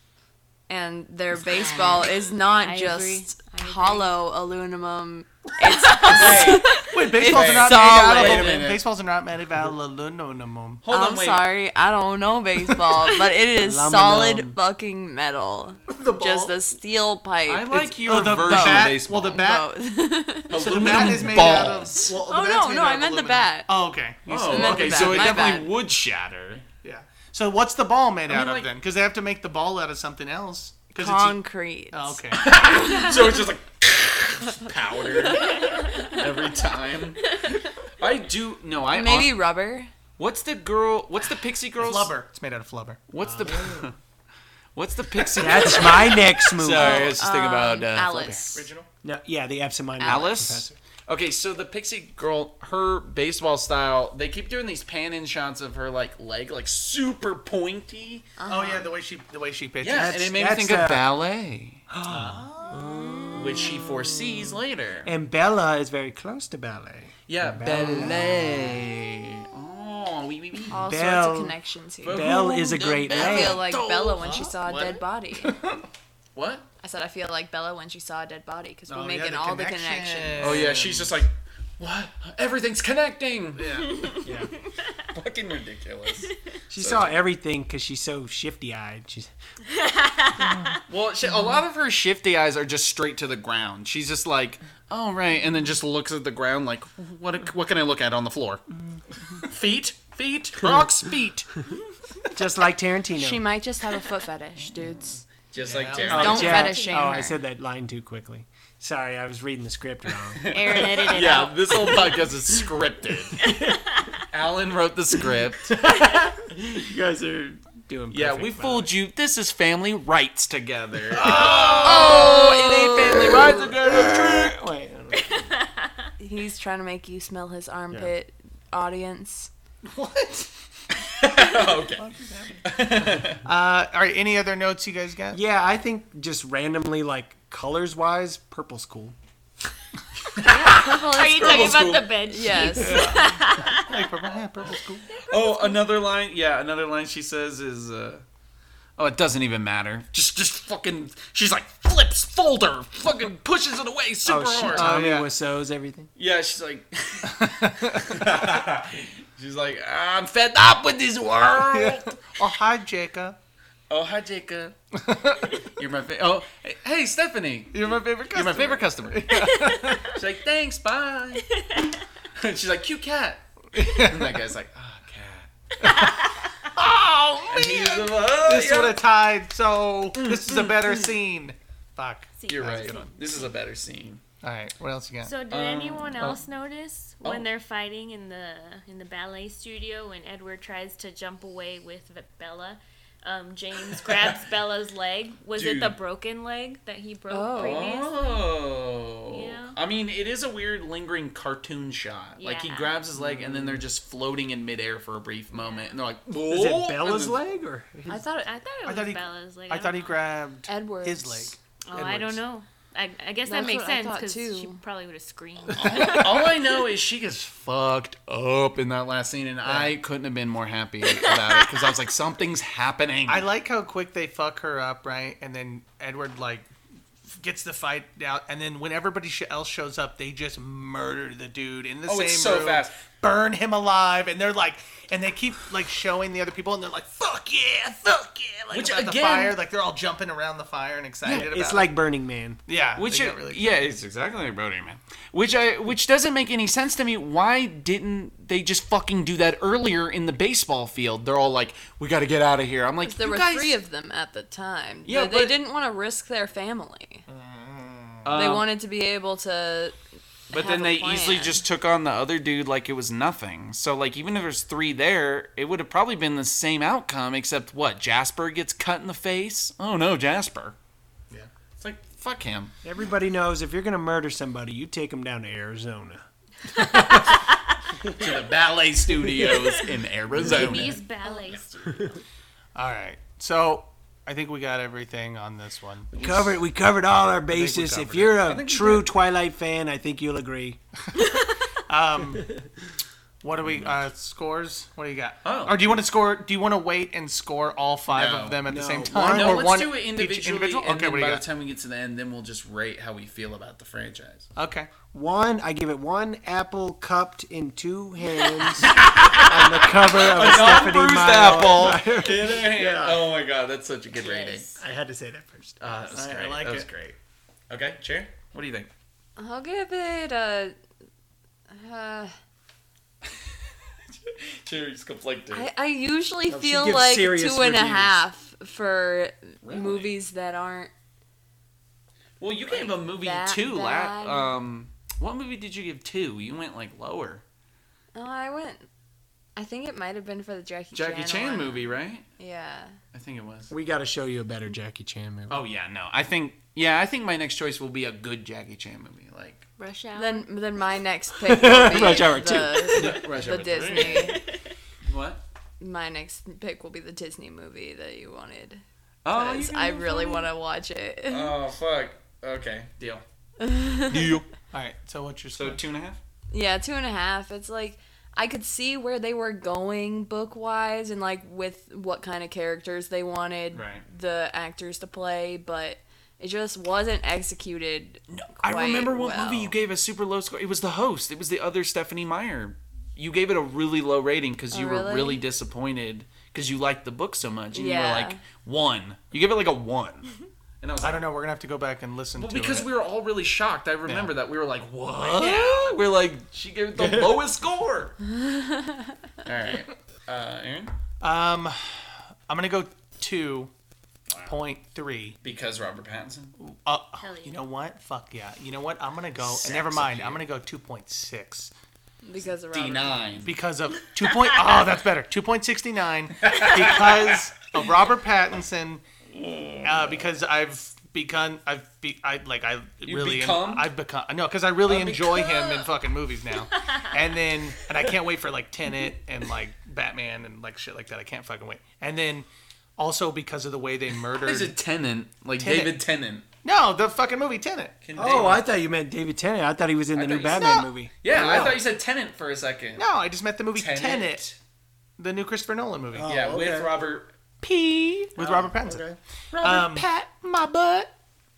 Speaker 4: and their baseball is not
Speaker 6: I
Speaker 4: just
Speaker 6: agree. I agree.
Speaker 4: hollow aluminum
Speaker 5: hey,
Speaker 2: Wait, baseballs are not made out of
Speaker 5: It's
Speaker 4: solid.
Speaker 5: Wait a
Speaker 2: aluminum.
Speaker 5: minute.
Speaker 2: Baseballs are not made out of aluminum.
Speaker 5: hold
Speaker 4: i'm
Speaker 5: on, wait.
Speaker 4: sorry i don't know baseball but it is
Speaker 1: Aluminum.
Speaker 4: solid fucking metal
Speaker 2: The ball.
Speaker 4: just a steel pipe
Speaker 5: I like your
Speaker 2: oh, the
Speaker 5: version
Speaker 2: bat-
Speaker 5: of baseball.
Speaker 2: well, the bat-
Speaker 4: Both. oh
Speaker 2: So the bat is made
Speaker 5: balls.
Speaker 2: out of. Well, the
Speaker 4: no
Speaker 2: bat's made
Speaker 4: no
Speaker 2: out
Speaker 4: i
Speaker 2: of
Speaker 4: meant the
Speaker 2: aluminum.
Speaker 4: bat
Speaker 2: Oh, okay. You
Speaker 5: Oh,
Speaker 4: meant
Speaker 5: okay,
Speaker 4: the
Speaker 5: so
Speaker 4: bat,
Speaker 5: it
Speaker 4: my
Speaker 5: definitely
Speaker 4: bad.
Speaker 5: would shatter.
Speaker 2: Yeah. So what's the ball made out
Speaker 5: like-
Speaker 2: of then? Because they have to make the ball out of something else. 'Cause it's-
Speaker 4: concrete
Speaker 2: Oh, okay.
Speaker 5: So it's just like powder every time. I do no. I
Speaker 4: maybe rubber
Speaker 5: what's the girl? What's the pixie girl?
Speaker 2: flubber. It's made out of flubber.
Speaker 5: What's the what's the pixie?
Speaker 1: That's my next movie.
Speaker 5: Sorry, Oh. I was just thinking about uh,
Speaker 4: Um, alice
Speaker 1: No, yeah, the absent mind.
Speaker 5: flubber. Alice. Okay, so the pixie girl, her baseball style, they keep doing these pan in shots of her like leg, like super pointy.
Speaker 2: Oh yeah, the way she the way she pitches.
Speaker 5: Uh-huh. Yeah, and
Speaker 1: That's-
Speaker 5: it made me
Speaker 1: that's Oh.
Speaker 5: think
Speaker 1: the-
Speaker 5: of ballet, which she foresees later.
Speaker 1: And Bella is very close to ballet.
Speaker 5: Yeah, ballet. Oh, wee wee wee.
Speaker 4: all sorts
Speaker 1: Bell.
Speaker 4: of connections here
Speaker 1: Belle is a great
Speaker 4: I
Speaker 1: lady.
Speaker 4: feel like Bella when she saw a dead body.
Speaker 5: What?
Speaker 4: I said I feel like Bella when she saw a dead body because we're
Speaker 2: Oh, yeah,
Speaker 4: making
Speaker 2: the
Speaker 4: all the
Speaker 2: connection.
Speaker 1: Uh,
Speaker 4: connections.
Speaker 5: Oh yeah, she's just like, what? Everything's connecting.
Speaker 2: Yeah.
Speaker 5: Fucking ridiculous.
Speaker 1: She saw everything because she's so shifty eyed. She's
Speaker 5: well, she, a lot of her shifty eyes are just straight to the ground. She's just like, oh right, and then just looks at the ground like, what? What can I look at on the floor? Mm-hmm. feet, feet, rocks, feet.
Speaker 1: just like Tarantino.
Speaker 4: She might just have a foot fetish, dudes.
Speaker 5: Just like
Speaker 1: Oh,
Speaker 5: Terry.
Speaker 4: Don't
Speaker 1: Jack-
Speaker 4: fetish shame
Speaker 1: Oh, I
Speaker 4: her.
Speaker 1: said that line too quickly. Sorry, I was reading the script wrong.
Speaker 6: Aaron edited it out.
Speaker 5: Yeah, this whole podcast is scripted. Alan wrote the script.
Speaker 1: you guys are doing.
Speaker 5: Yeah,
Speaker 1: perfect,
Speaker 5: we
Speaker 1: by the
Speaker 5: fooled you. This is family rights together.
Speaker 4: Oh, it ain't family right.
Speaker 1: way. Wait, I don't know.
Speaker 4: He's trying to make you smell his armpit, audience.
Speaker 5: What?
Speaker 3: okay.
Speaker 2: Uh, all right. Any other notes you guys got?
Speaker 1: Yeah, I think just randomly, like colors wise, purple's cool.
Speaker 4: Purple is
Speaker 6: Are you
Speaker 4: cool.
Speaker 6: talking
Speaker 3: Purple's cool.
Speaker 6: about the bed sheets?
Speaker 4: Yes.
Speaker 2: Hey, purple. Yeah, purple's cool.
Speaker 5: Oh, another line. Yeah, another line she says is, uh, "Oh, it doesn't even matter. Just, just fucking." She's like flips folder, fucking pushes it away super
Speaker 1: Oh, she,
Speaker 5: hard.
Speaker 1: Tommy
Speaker 2: yeah.
Speaker 1: Wiseau's everything.
Speaker 5: yeah, she's like, she's like, I'm fed up with this world.
Speaker 2: Oh, hi, Jacob.
Speaker 5: Oh, hi, Jacob. You're my fa- oh, hey, Stephanie.
Speaker 2: You're my favorite
Speaker 5: You're
Speaker 2: customer.
Speaker 5: my favorite customer. she's like, thanks, bye. she's like, cute cat. And that guy's like, oh, cat. oh man. He's like, "Oh,
Speaker 2: This
Speaker 5: yeah."
Speaker 2: would have tied. So this is a better scene. Fuck.
Speaker 5: You're right. This is a better scene.
Speaker 2: All right. What else you got?
Speaker 6: So did
Speaker 5: Um,
Speaker 6: anyone
Speaker 5: oh.
Speaker 6: else notice when they're fighting in the in the ballet studio when Edward tries to jump away with V- Bella? Um, James grabs Bella's leg. Was it the
Speaker 5: Dude.
Speaker 6: broken leg that he broke
Speaker 4: Oh.
Speaker 6: previously?
Speaker 5: Oh.
Speaker 6: Yeah.
Speaker 5: I mean, it is a weird lingering cartoon shot. Like he
Speaker 6: Yeah.
Speaker 5: grabs his leg and then they're just floating in midair for a brief moment and they're like,
Speaker 1: Is
Speaker 5: "Whoa,"
Speaker 1: it Bella's
Speaker 5: and then-
Speaker 1: leg or
Speaker 4: I thought it,
Speaker 6: I thought it
Speaker 2: I
Speaker 6: was
Speaker 2: thought he-
Speaker 6: Bella's leg.
Speaker 2: I
Speaker 6: don't
Speaker 2: thought he
Speaker 6: know.
Speaker 2: grabbed
Speaker 4: Edwards.
Speaker 2: his leg.
Speaker 6: Oh, I
Speaker 2: Edwards.
Speaker 6: don't know. I, I guess
Speaker 4: That's
Speaker 6: that makes
Speaker 4: what I
Speaker 6: sense
Speaker 4: thought,
Speaker 6: because she
Speaker 4: too.
Speaker 6: probably would have screamed.
Speaker 5: Oh, All I know is she gets fucked up in that last scene and I couldn't have been more happy about it cuz I was like something's happening.
Speaker 2: I like how quick they fuck her up, right? And then Edward like gets the fight out, and then when everybody sh- else shows up, they just murder the dude in the
Speaker 5: Oh,
Speaker 2: same
Speaker 5: it's so
Speaker 2: room,
Speaker 5: fast.
Speaker 2: burn him alive, and they're like, and they keep like showing the other people, and they're like, "Fuck yeah, fuck yeah!" Like
Speaker 5: Which,
Speaker 2: about the
Speaker 5: again-
Speaker 2: fire, like they're all jumping around the fire and excited. about
Speaker 1: it's
Speaker 2: it.
Speaker 1: like Burning Man.
Speaker 2: yeah,
Speaker 5: which
Speaker 2: they got
Speaker 5: uh,
Speaker 2: really-
Speaker 5: yeah, it's exactly like Brody Man. Which I which doesn't make any sense to me. Why didn't they just fucking do that earlier in the baseball field? They're all like, "We got to get out of here." I'm like,
Speaker 4: There
Speaker 5: "You
Speaker 4: were
Speaker 5: guys,
Speaker 4: three of them at the time.
Speaker 5: Yeah,
Speaker 4: Yeah, they,
Speaker 5: but-
Speaker 4: didn't want to risk their family. they wanted to be able to.
Speaker 5: But
Speaker 4: have
Speaker 5: then
Speaker 4: a
Speaker 5: they easily
Speaker 4: plan.
Speaker 5: just took on the other dude like it was nothing. So like even if there's three there, it would have probably been the same outcome except what Jasper gets cut in the face. Oh no, Jasper.
Speaker 2: Yeah.
Speaker 5: it's like fuck him.
Speaker 1: Everybody knows if you're gonna murder somebody, you take them down to Arizona.
Speaker 5: To the ballet studios in Arizona.
Speaker 6: These ballets. dude.
Speaker 2: All right, so I think we got everything on this one.
Speaker 1: Covered. We covered all our bases. If
Speaker 2: covered
Speaker 1: you're a true Twilight fan, I think you'll agree.
Speaker 2: What do we uh, scores? What do you got?
Speaker 5: Oh.
Speaker 2: Or do you want to score? Do you want to wait and score all five
Speaker 5: No.
Speaker 2: of them at the
Speaker 1: No.
Speaker 2: same time,
Speaker 5: No,
Speaker 2: or
Speaker 5: let's
Speaker 2: one
Speaker 5: do it
Speaker 2: each
Speaker 5: individually.
Speaker 2: individual?
Speaker 5: And
Speaker 2: Okay,
Speaker 5: then
Speaker 2: what do
Speaker 5: by
Speaker 2: you
Speaker 5: the
Speaker 2: got?
Speaker 5: time we get to the end, then we'll just rate how we feel about the franchise.
Speaker 2: Okay.
Speaker 1: One, I give it one apple cupped in two hands on the cover of a Stephanie
Speaker 5: bruised
Speaker 1: Meyer.
Speaker 5: apple. in a hand. Oh my god, that's such a good rating.
Speaker 6: Yes.
Speaker 1: I had to say that first.
Speaker 5: Ah, that was
Speaker 2: I- I
Speaker 5: great.
Speaker 2: like
Speaker 5: that was
Speaker 2: it.
Speaker 5: great. Okay, chair. What do you think?
Speaker 4: I'll give it a. Uh,
Speaker 5: Chair is conflicted.
Speaker 4: I, I usually
Speaker 1: she
Speaker 4: feel
Speaker 1: gives
Speaker 4: like two and a
Speaker 1: serious
Speaker 4: half
Speaker 1: reviews.
Speaker 4: for
Speaker 5: Really?
Speaker 4: movies that aren't.
Speaker 5: Well, you gave a movie
Speaker 4: that
Speaker 5: two.
Speaker 4: bad.
Speaker 5: La- um, what movie did you give two? You went like lower.
Speaker 4: Oh, I went. I think it might have been for the Jackie,
Speaker 5: Jackie
Speaker 4: Chan,
Speaker 5: Chan
Speaker 4: one.
Speaker 5: movie, right?
Speaker 4: Yeah.
Speaker 5: I think it was.
Speaker 1: We got to show you a better Jackie Chan movie.
Speaker 5: Oh yeah, no. I think yeah, I think my next choice will be a good Jackie Chan movie, like
Speaker 6: Rush hour.
Speaker 4: Then then my next pick will be
Speaker 1: Rush Hour
Speaker 4: the,
Speaker 5: Rush
Speaker 4: the
Speaker 5: Hour three.
Speaker 4: Disney.
Speaker 5: What?
Speaker 4: My next pick will be the Disney movie that you wanted.
Speaker 5: Oh,
Speaker 4: 'cause
Speaker 5: you
Speaker 4: I
Speaker 5: gonna do
Speaker 4: really
Speaker 5: that?
Speaker 4: want to watch it.
Speaker 5: Oh fuck. Okay, deal.
Speaker 2: All right. So what's your
Speaker 5: So
Speaker 2: score?
Speaker 5: two and a half.
Speaker 4: Yeah, two and a half. It's like I could see where they were going book wise and like with what kind of characters they wanted
Speaker 5: Right.
Speaker 4: the actors to play, but it just wasn't executed. quite
Speaker 5: I remember what
Speaker 4: well.
Speaker 5: movie you gave a super low score. It was The Host. It was the other Stephanie Meyer. You gave it a really low rating because you
Speaker 4: Oh,
Speaker 5: were
Speaker 4: really?
Speaker 5: really disappointed because you liked the book so much, and
Speaker 4: Yeah.
Speaker 5: you were like one. You gave it like a one, and I was
Speaker 2: I
Speaker 5: like,
Speaker 2: don't know. We're gonna have to go back and listen
Speaker 5: well,
Speaker 2: to
Speaker 5: because
Speaker 2: it.
Speaker 5: we were all really shocked. I remember that we were like, what?
Speaker 2: Yeah.
Speaker 5: We're like, she gave it the lowest score. all right, uh, Aaron,
Speaker 2: um, I'm gonna go two point three.
Speaker 5: because Robert Pattinson.
Speaker 2: Uh,
Speaker 6: Hell yeah.
Speaker 2: you know what? Fuck yeah. You know what? I'm gonna go. and never mind. I'm gonna go two point six
Speaker 4: because of
Speaker 5: D
Speaker 4: Robert.
Speaker 5: nine.
Speaker 2: because of two point. oh, that's better. Two point sixty nine because of Robert Pattinson. Uh, because I've begun. I've be. I like. I really.
Speaker 5: become?
Speaker 2: I've become. No, because I really enjoy him in
Speaker 5: become.
Speaker 2: fucking movies now. and then, and I can't wait for like Tenet and like Batman and like shit like that. I can't fucking wait. And then also because of the way they murdered.
Speaker 5: There's a tenant, like
Speaker 2: Tenet.
Speaker 5: David Tennant.
Speaker 2: no, the fucking movie Tenet.
Speaker 1: Oh, I thought you meant David Tennant. I thought he was in the new
Speaker 5: thought you said-
Speaker 1: Batman
Speaker 2: No.
Speaker 1: movie.
Speaker 5: Yeah, I
Speaker 2: No.
Speaker 5: thought you said tenant for a second.
Speaker 2: No, I just meant the movie Tenet,
Speaker 5: Tenet.
Speaker 2: the new Christopher Nolan movie
Speaker 5: Yeah,
Speaker 1: Oh,
Speaker 5: with
Speaker 1: okay.
Speaker 5: Robert.
Speaker 2: P with Robert Pattinson. Robert Pat my butt. Um,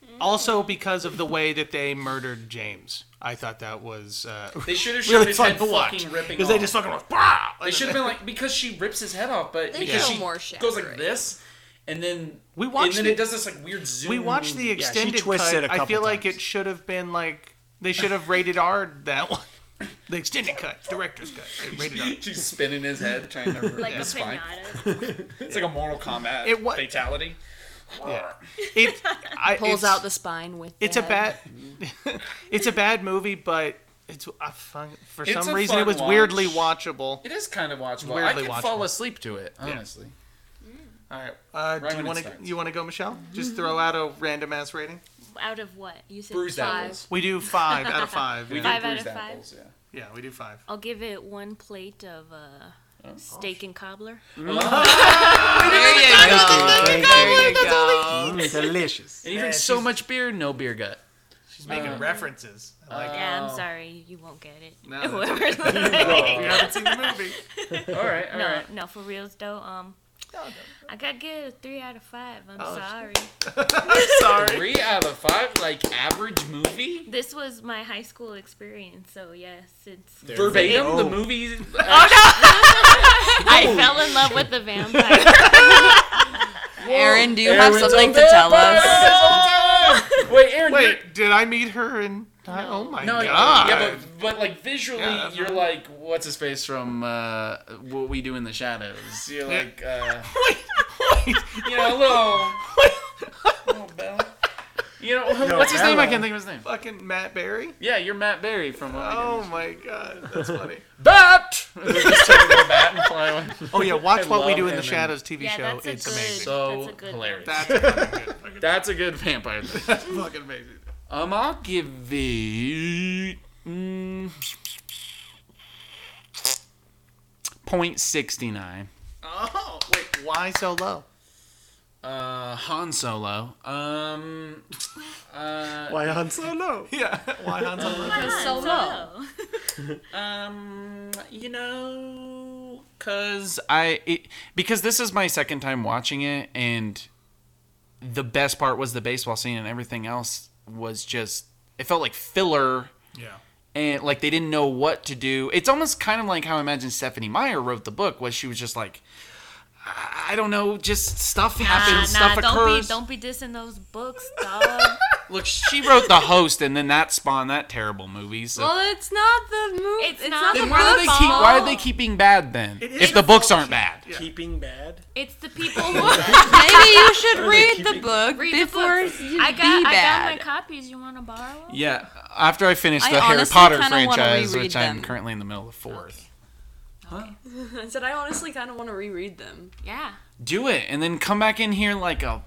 Speaker 2: Mm. Also because of the way that they murdered James, I thought that was uh,
Speaker 5: They should have shown
Speaker 2: really
Speaker 5: his
Speaker 2: fun
Speaker 5: head
Speaker 2: to watch
Speaker 5: fucking ripping
Speaker 2: they
Speaker 5: off.
Speaker 2: just fucking went, bah!
Speaker 5: They should have been like because she rips his head off, but
Speaker 4: They
Speaker 5: because
Speaker 4: show
Speaker 5: she
Speaker 4: more
Speaker 5: goes
Speaker 4: shattering.
Speaker 5: like this, and then
Speaker 2: We watched
Speaker 5: and then
Speaker 2: the-
Speaker 5: it does this like weird zoom.
Speaker 2: We watched the
Speaker 1: she
Speaker 2: extended
Speaker 1: twists
Speaker 2: cut.
Speaker 1: it a
Speaker 2: I
Speaker 1: couple
Speaker 2: feel like
Speaker 1: times.
Speaker 2: it should have been like they should have rated R that one. The extended cut, director's cut, they rated R.
Speaker 5: She's spinning his head, trying to
Speaker 6: Like
Speaker 5: yeah,
Speaker 6: a
Speaker 5: it's fine.
Speaker 6: pinata.
Speaker 5: It's like a Mortal Kombat
Speaker 2: It wa-
Speaker 5: fatality.
Speaker 2: Yeah. It I,
Speaker 4: Pulls
Speaker 2: it's,
Speaker 4: out the spine with.
Speaker 2: It's
Speaker 4: the
Speaker 2: a bad. it's a bad movie, but it's I fun, for
Speaker 5: It's
Speaker 2: some
Speaker 5: a
Speaker 2: reason it
Speaker 5: fun
Speaker 2: was
Speaker 5: watch.
Speaker 2: weirdly watchable.
Speaker 5: It is kind of watchable. I
Speaker 2: Weirdly
Speaker 5: could
Speaker 2: watchable.
Speaker 5: fall asleep to it, honestly.
Speaker 2: All right. Uh,
Speaker 5: Right
Speaker 2: do you
Speaker 5: when it
Speaker 2: want to
Speaker 5: starts.
Speaker 2: you want to go, Michelle?
Speaker 6: Mm-hmm.
Speaker 2: Just throw out a random ass rating.
Speaker 6: out of what? You said
Speaker 5: Bruised
Speaker 6: five.
Speaker 5: apples.
Speaker 2: We do five out of five.
Speaker 5: We
Speaker 2: Yeah.
Speaker 5: did
Speaker 6: Five out
Speaker 5: bruised
Speaker 6: of five.
Speaker 5: apples, yeah.
Speaker 2: yeah, we do five.
Speaker 6: I'll give it one plate of uh,
Speaker 5: Oh.
Speaker 6: steak and cobbler.
Speaker 4: There you go.
Speaker 1: Thank
Speaker 4: There you go.
Speaker 1: you. Mm, delicious.
Speaker 5: And even so much beer, no beer gut.
Speaker 2: She's making references. I like
Speaker 6: Yeah, I'm sorry, you won't get it.
Speaker 2: Oh. No, that's-
Speaker 6: Whoever's listening.
Speaker 2: you haven't seen the movie.
Speaker 5: All right, all
Speaker 6: No,
Speaker 5: right.
Speaker 6: no, for reals though. Um, I gotta get a three out of five. I'm
Speaker 2: Oh,
Speaker 6: sorry.
Speaker 2: Sorry.
Speaker 5: Three out of five, like average movie.
Speaker 6: This was my high school experience, so yes, it's.
Speaker 5: Verbatim,
Speaker 1: go.
Speaker 5: the movie.
Speaker 6: I fell in love with the vampire.
Speaker 4: Aaron, do you have something to tell us?
Speaker 5: Wait, Aaron. you're-
Speaker 2: Wait, did I meet her in? Oh my
Speaker 5: No,
Speaker 2: god.
Speaker 5: yeah, but, but like visually,
Speaker 2: Yeah, that's
Speaker 5: you're
Speaker 2: fine.
Speaker 5: like, what's his face from uh, What We Do in the Shadows? You're like, uh, you know, a little, little Bella. You know, what's his name? I
Speaker 1: Bella.
Speaker 5: can't think of his name.
Speaker 2: Fucking Matt Berry.
Speaker 5: Yeah, you're Matt Berry from What We Do in the
Speaker 2: Oh my god, that's funny.
Speaker 5: Bat! Just take the bat and fly away.
Speaker 2: Oh yeah, watch
Speaker 5: I
Speaker 2: what we
Speaker 5: love
Speaker 2: do in
Speaker 5: him
Speaker 2: the
Speaker 5: and-
Speaker 2: shadows TV
Speaker 6: yeah,
Speaker 2: show.
Speaker 6: that's a
Speaker 2: It's
Speaker 6: good.
Speaker 2: amazing.
Speaker 5: So
Speaker 6: that's a good
Speaker 5: hilarious.
Speaker 6: One.
Speaker 2: That's fucking good. Fucking,
Speaker 5: That's a good vampire. movie.
Speaker 2: that's fucking amazing.
Speaker 5: um, I'll give it mm, point sixty nine.
Speaker 2: Oh wait, why so low?
Speaker 5: Uh, Han Solo. Um, uh,
Speaker 1: Why on so low?
Speaker 2: Yeah, why on so low?
Speaker 4: So low.
Speaker 5: um, you know, cause I it, because this is my second time watching it, and the best part was the baseball scene, and everything else was just it felt like filler.
Speaker 2: Yeah.
Speaker 5: and like they didn't know what to do. It's almost kind of like how I imagine Stephanie Meyer wrote the book, was she was just like, I I don't know, just stuff happens, stuff
Speaker 6: don't
Speaker 5: occurs.
Speaker 6: be don't be dissing those books, dog.
Speaker 5: Look, she wrote the host, and then that spawned that terrible movie. So
Speaker 4: Well, it's not the movie.
Speaker 6: It's not
Speaker 5: then
Speaker 6: the
Speaker 5: why are they
Speaker 6: book's
Speaker 5: keep why are
Speaker 6: fault.
Speaker 5: they keeping bad then?
Speaker 2: It is
Speaker 5: If the
Speaker 2: the
Speaker 5: books aren't bad,
Speaker 1: Keeping bad.
Speaker 6: it's the people who
Speaker 4: Maybe you should read the book
Speaker 6: read the
Speaker 4: before
Speaker 6: books.
Speaker 4: you
Speaker 6: I got
Speaker 4: be
Speaker 6: I got
Speaker 4: bad.
Speaker 6: my copies. You want to borrow? 'em?
Speaker 5: yeah. After I finish
Speaker 4: I
Speaker 5: the Harry
Speaker 4: honestly
Speaker 5: Potter
Speaker 4: kinda wanna
Speaker 5: franchise,
Speaker 4: reread
Speaker 5: which I'm
Speaker 4: them.
Speaker 5: currently in the middle of fourth,
Speaker 4: I said I honestly kind of want to reread them.
Speaker 6: Yeah.
Speaker 5: do it, and then come back in here like a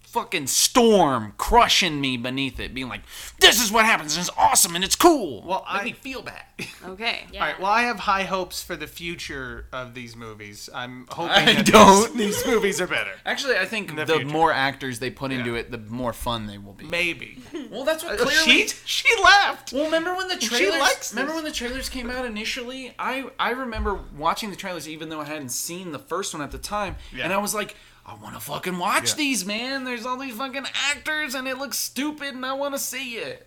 Speaker 5: fucking storm crushing me beneath it, being like, "This is what happens. and It's awesome and it's cool."
Speaker 2: Well, I-
Speaker 5: Make me feel bad.
Speaker 4: Okay.
Speaker 6: Yeah.
Speaker 2: All right. Well, I have high hopes for the future of these movies. I'm hoping
Speaker 5: I
Speaker 2: that
Speaker 5: don't.
Speaker 2: These, these movies are better.
Speaker 5: Actually, I think the,
Speaker 2: the future.
Speaker 5: more actors they put into it, the more fun they will be. Uh,
Speaker 2: Maybe.
Speaker 5: Well, that's what
Speaker 2: She she left.
Speaker 5: Well, remember when the
Speaker 2: likes
Speaker 5: trailers?
Speaker 2: this.
Speaker 5: Remember when the trailers came out initially? I I remember watching the trailers, even though I hadn't seen the first one at the time,
Speaker 2: Yeah.
Speaker 5: and I was like, I want to fucking watch
Speaker 2: Yeah.
Speaker 5: these, man. There's all these fucking actors, and it looks stupid, and I want to see it.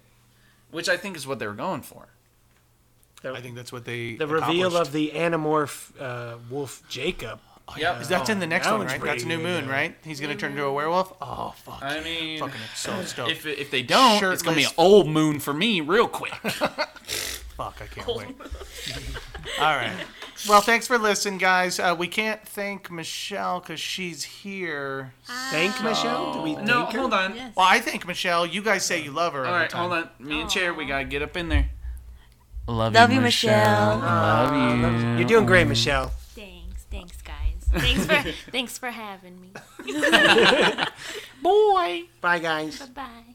Speaker 5: Which I think is what they were going for.
Speaker 2: I think that's what they.
Speaker 1: The reveal
Speaker 2: accomplished.
Speaker 1: of the anamorph uh, wolf Jacob.
Speaker 2: Oh,
Speaker 5: yep.
Speaker 2: That's in the next
Speaker 1: Oh, That
Speaker 2: one,
Speaker 1: one's
Speaker 2: right? That's New
Speaker 1: pretty
Speaker 2: Moon,
Speaker 1: good.
Speaker 2: right? He's gonna turn into a werewolf. Oh fuck!
Speaker 5: I mean,
Speaker 2: fucking so stoked.
Speaker 5: if, if they don't, it's gonna be an
Speaker 2: Shirtless.
Speaker 5: old moon for me, real quick.
Speaker 2: Fuck, I can't wait. All right. Well, thanks for listening, guys. Uh, we can't thank Michelle because she's here.
Speaker 1: Thank Michelle. Do we thank
Speaker 5: no,
Speaker 1: her?
Speaker 5: hold on.
Speaker 6: Yes.
Speaker 2: Well, I thank Michelle. You guys say you love her.
Speaker 5: All
Speaker 2: every
Speaker 5: right,
Speaker 2: time.
Speaker 5: hold on. Me and Chair, we gotta get up in there. Love,
Speaker 4: you, Michelle.
Speaker 5: Love you.
Speaker 1: You're doing great, Michelle.
Speaker 6: Thanks, thanks, guys. Thanks for thanks for having me.
Speaker 1: Boy. Bye, guys.
Speaker 6: Bye.